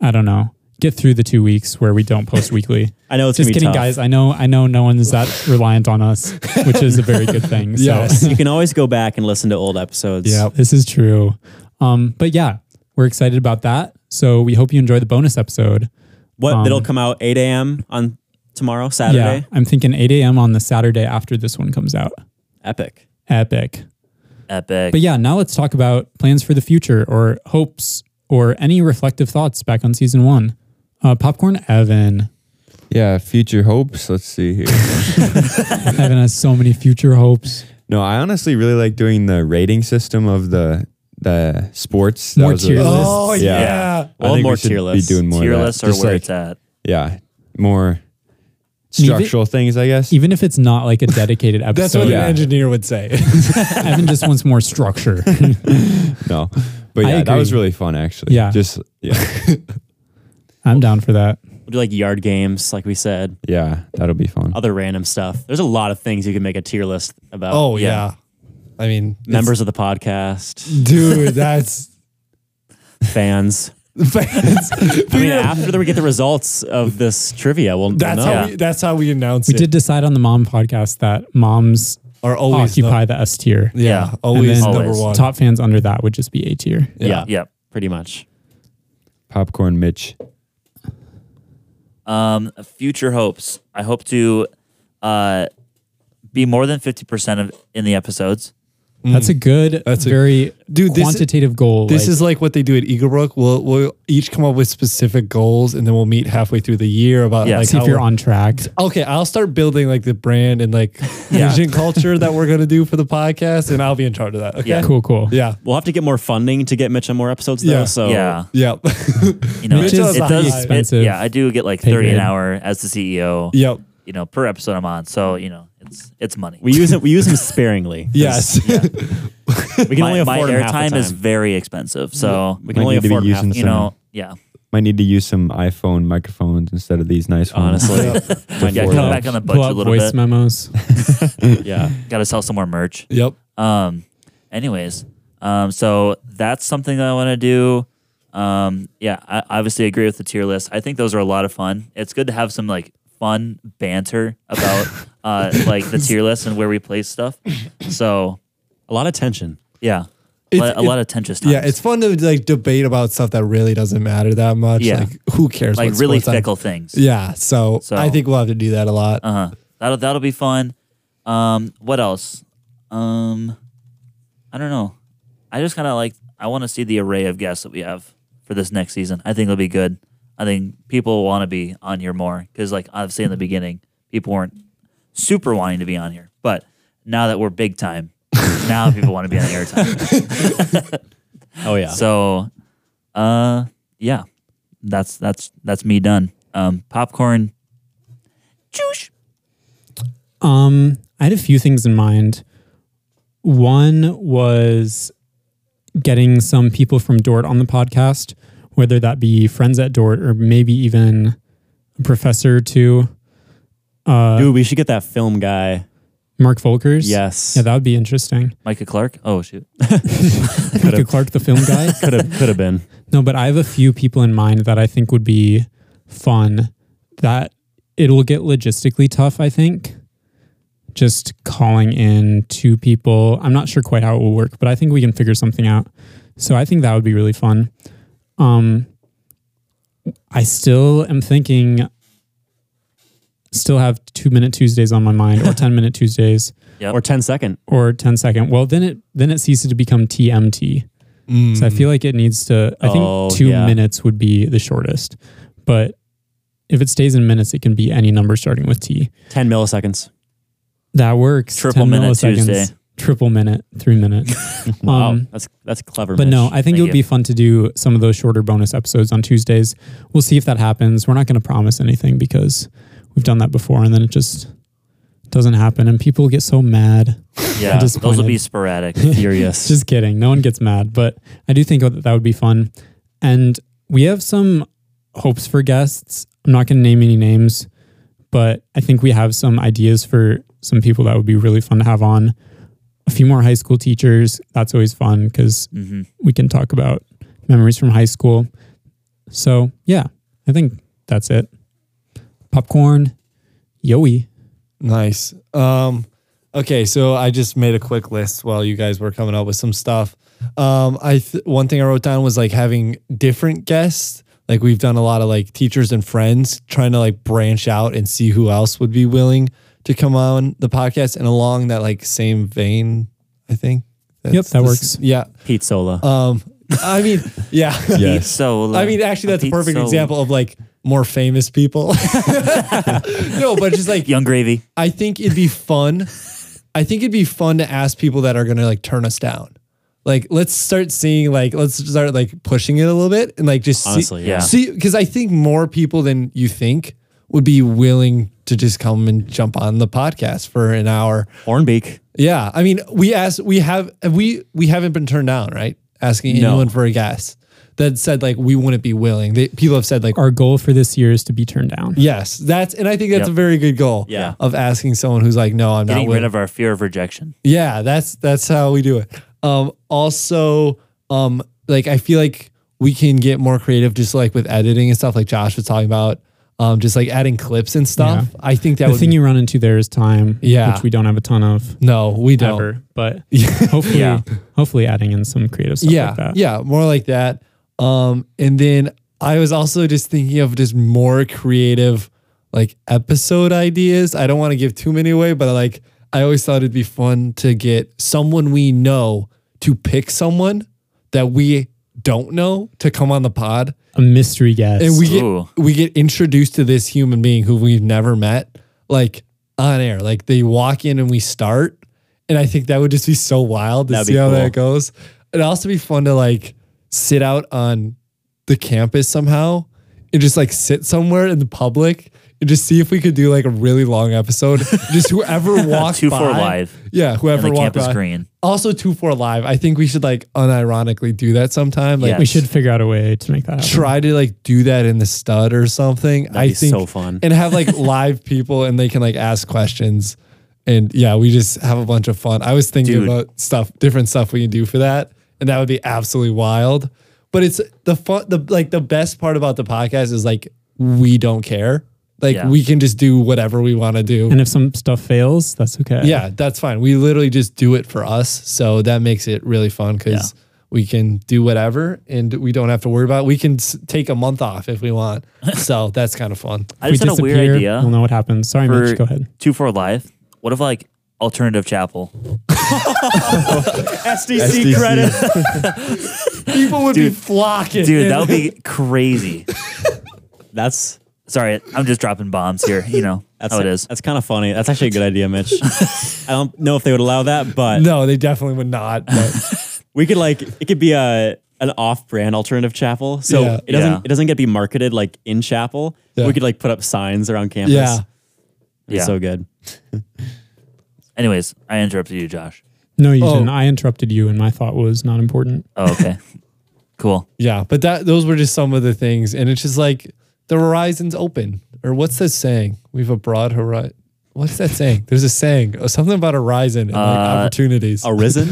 I don't know, get through the two weeks where we don't post weekly. I know it's Just gonna be kidding, tough. guys. I know I know no one's that reliant on us, which is a very good thing. So Yes. you can always go back and listen to old episodes. Yep. this is true. Um, but yeah, we're excited about that. So we hope you enjoy the bonus episode. What Um, it'll come out 8 a.m. on tomorrow, Yeah, Saturday. I'm thinking 8 a.m. on the Saturday after this one comes out. Epic. Epic. Epic. But yeah, now let's talk about plans for the future or hopes or any reflective thoughts back on season one. Uh, Popcorn Evan. Yeah, future hopes. Let's see here. Evan has so many future hopes. no, I honestly really like doing the rating system of the the sports. More was a- tier lists. Oh Yeah. yeah. I Well, think we more should tier lists. Be doing more of Tier that. lists are Just where like- it's at. Yeah, more structural things, I guess. Even if it's not like a dedicated episode, That's what Yeah. an engineer would say. Evan just wants more structure. No, but I yeah, that was agree. really fun actually. Yeah. just yeah, I'm down for that. We'll do like yard games, like we said, yeah, that'll be fun. other random stuff. There's a lot of things you can make a tier list about. oh yeah. I mean, Members of the podcast, dude, that's fans. fans. I mean, after we get the results of this trivia, we'll, we'll That's know. how we, that's how we announce We it. did decide on the mom podcast that moms Are always the- occupy the, S tier. yeah, Yeah. always And then number always. one. Top fans under that would just be A tier. yeah. Yep. pretty much. Popcorn Mitch. Um, future hopes. I hope to uh, be more than fifty percent of in the episodes. That's a good, That's a- very Dude, this is- quantitative goal. This like, is like what they do at Eagle Brook. We'll we'll each come up with specific goals, and then we'll meet halfway through the year about Yeah, like see how if you're we're- on track. Okay, I'll start building like the brand and like vision culture that we're gonna do for the podcast, and I'll be in charge of that. Okay. Yeah. Cool, cool. Yeah. We'll have to get more funding to get Mitch on more episodes, though. Yeah. So Yeah, Yep. you know, Mitch it, is it a does. high- expensive It, yeah, I do get like pay thirty an grade. hour as the CEO. yep. You know, per episode I'm on. So you know, it's it's money. we use it. We use them sparingly. 'cause Yes. we can only my my afford them half the airtime is time. very expensive. So we can Might only need to be afford them half using the you some- know, yeah, Might need to use some iPhone microphones instead of these nice ones. Honestly, Might yeah. need Come to- back on the Pull budget a out little voice bit. memos. yeah. Got to sell some more merch. Yep. Um, anyways, um, so that's something that I want to do. Um, yeah, I obviously agree with the tier list. I think those are a lot of fun. It's good to have some like fun banter about uh, like the tier list and where we place stuff. So A lot of tension. yeah, It's- a lot- a it- lot of tension. Yeah, it's fun to like debate about stuff that really doesn't matter that much. Yeah. Like who cares? like what really sports I'm- fickle things. Yeah. So, So- I think we'll have to do that a lot. Uh huh. That'll that'll be fun. Um, what else? Um, I don't know. I just kind of like I want to see the array of guests that we have for this next season. I think it'll be good. I think people want to be on here more because, like obviously in the beginning, people weren't super wanting to be on here, but now that we're big time, now people want to be on airtime. Oh yeah. Uh-huh. So, uh, yeah, that's that's that's me done. Um, popcorn. Choosh. Um, I had a few things in mind. One was getting some people from Dort on the podcast, whether that be friends at Dort or maybe even a professor or two. Uh, Dude, we should get that film guy. Mark Volkers. Yes. Yeah, that would be interesting. Micah Clark. Oh shoot. Micah Clark, the film guy. could have could have been. No, but I have a few people in mind that I think would be fun. That it'll get logistically tough, I think. Just calling in two people. I'm not sure quite how it will work, but I think we can figure something out. So I think that would be really fun. Um I still am thinking, still have two minute Tuesdays on my mind or 10 minute Tuesdays Yep. or 10 second. or 10 second. Well, then it, then it ceases to become TMT. So Mm. I feel like it needs to, I think Oh, two yeah. minutes would be the shortest, but if it stays in minutes, it can be any number starting with T. 10 milliseconds. That works. Triple 10 minute milliseconds, Tuesday. Triple minute, three minute. Wow. Um, that's that's clever. But no, Mitch. I think Thank it would be you. fun to do some of those shorter bonus episodes on Tuesdays. We'll see if that happens. We're not going to promise anything because we've done that before and then it just doesn't happen. And people get so mad. Yeah, those will disappointed. be sporadic. furious. Just kidding. No one gets mad. But I do think that that would be fun. And we have some hopes for guests. I'm not going to name any names, but I think we have some ideas for some people that would be really fun to have on. A few more high school teachers. That's always fun because hmm we can talk about memories from high school. So yeah, I think that's it. Popcorn, yoey. Nice. Um, okay, so I just made a quick list while you guys were coming up with some stuff. Um, I th- one thing I wrote down was like having different guests. Like we've done a lot of like teachers and friends, trying to like branch out and see who else would be willing to come on the podcast. And along that like same vein, I think. That's that the s- works. Yeah. Pete Sola. Um, I mean, yeah. Yes. So I mean, actually, that's a perfect example of like more famous people. no, but just like Young Gravy. I think it'd be fun. I think it'd be fun to ask people that are gonna like turn us down. Like, let's start seeing like let's start like pushing it a little bit and like just Honestly, see, yeah. see because I think more people than you think would be willing to just come and jump on the podcast for an hour. Hornbeak. Yeah, I mean, we asked, we have, we we haven't been turned down, right? Asking No. anyone for a guest that said like we wouldn't be willing. They, people have said like Our goal for this year is to be turned down. yes, that's and I think that's Yep. a very good goal. Yeah. of asking someone who's like, no, I'm not Getting willing. rid of our fear of rejection. Yeah, that's that's how we do it. Um, also, um, like I feel like we can get more creative, just like with editing and stuff, like Josh was talking about. Um, just like adding clips and stuff. I think that the would thing be, you run into there is time, Yeah. which we don't have a ton of no, we don't. ever. But hopefully, Yeah. hopefully, adding in some creative stuff yeah, like that. yeah, more like that. Um, and then I was also just thinking of just more creative, like episode ideas. I don't want to give too many away, but like I always thought it'd be fun to get someone we know to pick someone that we don't know to come on the pod, A mystery guest. and we get Ooh. we get introduced to this human being who we've never met, like on air. Like they walk in and we start, and I think that would just be so wild to That'd see be how cool. that goes. It'd also be fun to like sit out on the campus somehow and just like sit somewhere in the public and just see if we could do like a really long episode. just whoever walks Two by, four live yeah, on whoever the walks campus by. green. Also, two four live. I think we should like unironically do that sometime. Like Yeah. we should figure out a way to make that happen. try to like do that in the stud or something. I be think so fun. and have like live people and they can like ask questions. And yeah, we just have a bunch of fun. I was thinking Dude. about stuff, different stuff we can do for that, and that would be absolutely wild. But it's the fun, the like the best part about the podcast is like we don't care. Like Yeah. we can just do whatever we want to do. And if some stuff fails, that's okay. yeah, that's fine. We literally just do it for us, so that makes it really fun because we can do whatever and we don't have to worry about. It. We can s- take a month off if we want, so that's kind of fun. I just had a weird idea. We'll know what happens. Sorry, for Mitch. Go ahead. Two four live. What if like alternative chapel? SDC credit. People would be flocking, Dude, that would be crazy. That's Sorry, I'm just dropping bombs here. You know that's how it is. That's kind of funny. That's actually a good idea, Mitch. I don't know if they would allow that, but No, they definitely would not. but- we could like it could be a an off-brand alternative chapel. So Yeah. it doesn't Yeah. it doesn't get to be marketed like in chapel. Yeah. We could like put up signs around campus. yeah. It'd be Yeah. so good. Anyways, I interrupted you, Josh. No, you Oh. didn't. I interrupted you, and my thought was not important. Oh, okay. cool. Yeah. But that those were just some of the things. And it's just like the horizon's open. Or what's that saying? We've a broad horizon. What's that saying? There's a saying, uh, something about horizon and like opportunities. Arisen?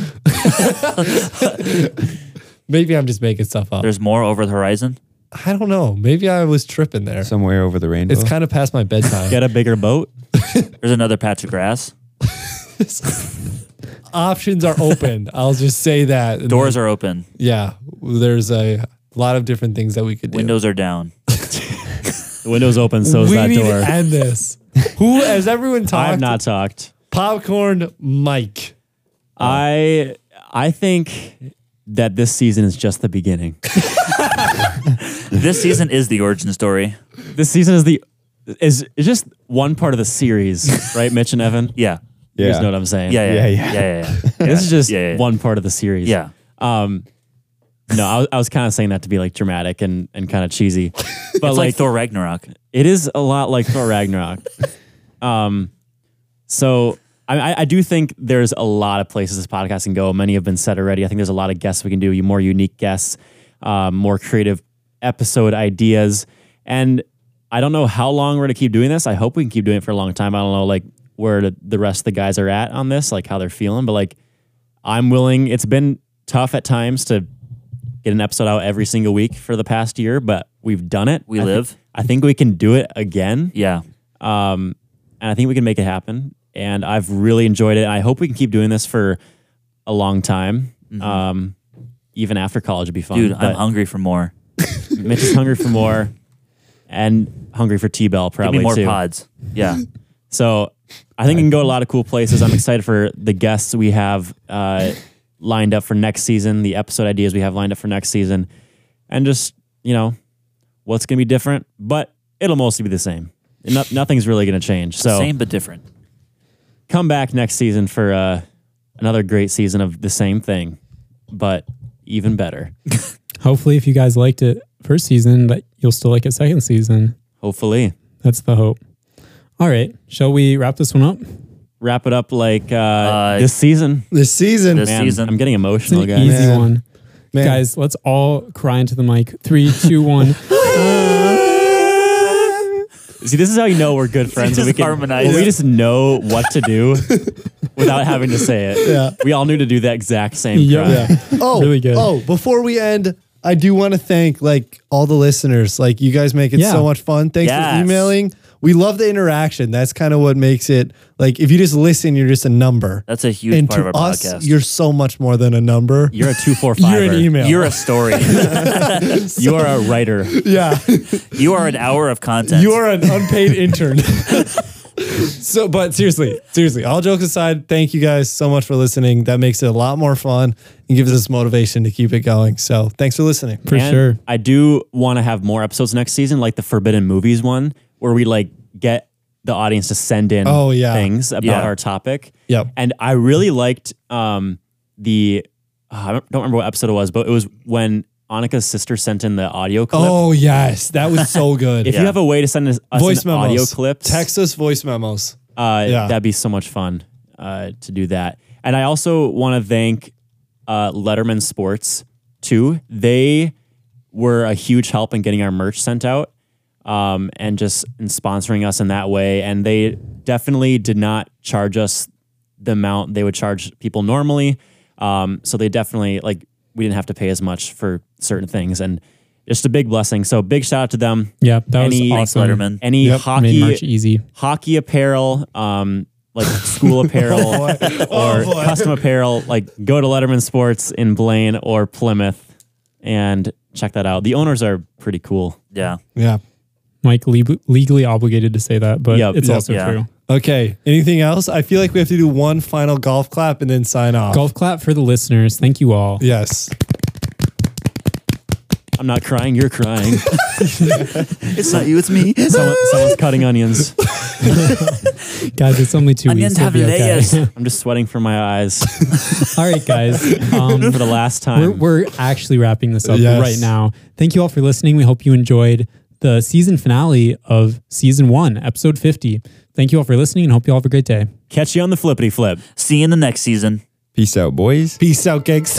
Maybe I'm just making stuff up. There's more over the horizon. I don't know. Maybe I was tripping there. Somewhere over the rainbow. it's kind of past my bedtime. Get a bigger boat? There's another patch of grass. Options are open. I'll just say that. And Doors are open. then- yeah. There's a lot of different things that we could do. Windows are down. The window's open, so is we that need door. to end this. Who has everyone I talked? have not talked. Popcorn Mike. Oh. I I think that this season is just the beginning. This season is the origin story. this season is the is is just one part of the series, right, Mitch and Evan? Yeah. You guys Yeah. know what I'm saying? Yeah. Yeah. Yeah, Yeah. Yeah. yeah. Yeah. yeah. This is just Yeah, yeah. one part of the series. Yeah. Um, no, I was, I was kind of saying that to be like dramatic and, and kind of cheesy, but It's like, like, Thor Ragnarok. it is a lot like Thor Ragnarok. um, so I, I- I do think there's a lot of places this podcast can go. Many have been said already. I think there's a lot of guests we can do, more unique guests, um, more creative episode ideas. And I don't know how long we're going to keep doing this. I hope we can keep doing it for a long time. I don't know like where the- the rest of the guys are at on this, like how they're feeling, but like I'm willing. It's been tough at times to get an episode out every single week for the past year, but we've done it. We I thi- live. I think we can do it again. Yeah. Um, and I think we can make it happen. And I've really enjoyed it. I hope we can keep doing this for a long time. Um, even after college would be fun. Mm-hmm. Dude, I'm But hungry for more. Mitch is hungry for more and hungry for T Bell Give probably me more too. pods. Yeah. So I think it can go a lot of cool places. I'm excited for the guests we have uh, lined up for next season, the episode ideas we have lined up for next season, and just, you know, what's going to be different, but it'll mostly be the same. No, nothing's really going to change. So Same but different. come back next season for uh, another great season of the same thing, but even better. Hopefully, if you guys liked it first season, that you'll still like it second season. Hopefully. That's the hope. All right, shall we wrap this one up? Wrap it up like uh, this season. This season, This Man, season. I'm getting It's an emotional, guys. easy Man. one, man. guys. Let's all cry into the mic. Three, two, one. See, this is how you know we're good friends. when just we can harmonize. when We just know what to do without having to say it. Yeah. We all knew to do that exact same Yep. cry. Yeah. Oh, Really good. Oh, before we end, I do want to thank like all the listeners. Like you guys make it Yeah. so much fun. Thanks Yes. for emailing. We love the interaction. That's kind of what makes it like if you just listen, you're just a number. That's a huge and part of to our us, podcast. you're so much more than a number. You're a two four five. You're an email. You're a story. You are a writer. yeah. you are an hour of content. You are an unpaid intern. so, but seriously, seriously, all jokes aside, thank you guys so much for listening. That makes it a lot more fun and gives us motivation to keep it going. So, thanks for listening. For And sure. I do want to have more episodes next season, like the Forbidden Movies one, where we like get the audience to send in Oh, yeah. things about Yeah. our topic. Yep. And I really liked um, the uh, I don't don't remember what episode it was, but it was when Annika's sister sent in the audio clip. Oh, yes. That was so good. If you have a way to send us, us voice an memos. audio clips, Text us voice memos. uh, Yeah. that'd be so much fun uh, to do that. And I also want to thank uh, Letterman Sports too. They were a huge help in getting our merch sent out um, and just in sponsoring us in that way. And they definitely did not charge us the amount they would charge people normally. Um, so they definitely like we didn't have to pay as much for certain things and. Just a big blessing. So big shout out to them. Yeah, that was Any- Thanks, awesome. Letterman. Any Yep. Made hockey March easy. hockey apparel, um, like school apparel or custom apparel, like go to Letterman Sports in Blaine or Plymouth and check that out. The owners are pretty cool. yeah. Yeah. Mike le- legally obligated to say that, but Yep. it's Yep. also Yeah. true. Okay. Anything else? I feel like we have to do one final golf clap and then sign off. Golf clap for the listeners. Thank you all. Yes. I'm not crying, you're crying. It's not you, it's me. Someone, someone's cutting onions. Guys, it's only two Onions weeks. have It'll be okay. layers. I'm just sweating from my eyes all right, guys. Um, for the last we're, time. we're actually wrapping this up Yes. right now. Thank you all for listening. We hope you enjoyed the season finale of season one, episode 50. Thank you all for listening and hope you all have a great day. Catch you on the flippity flip. See you in the next season. Peace out, boys. Peace out, gigs.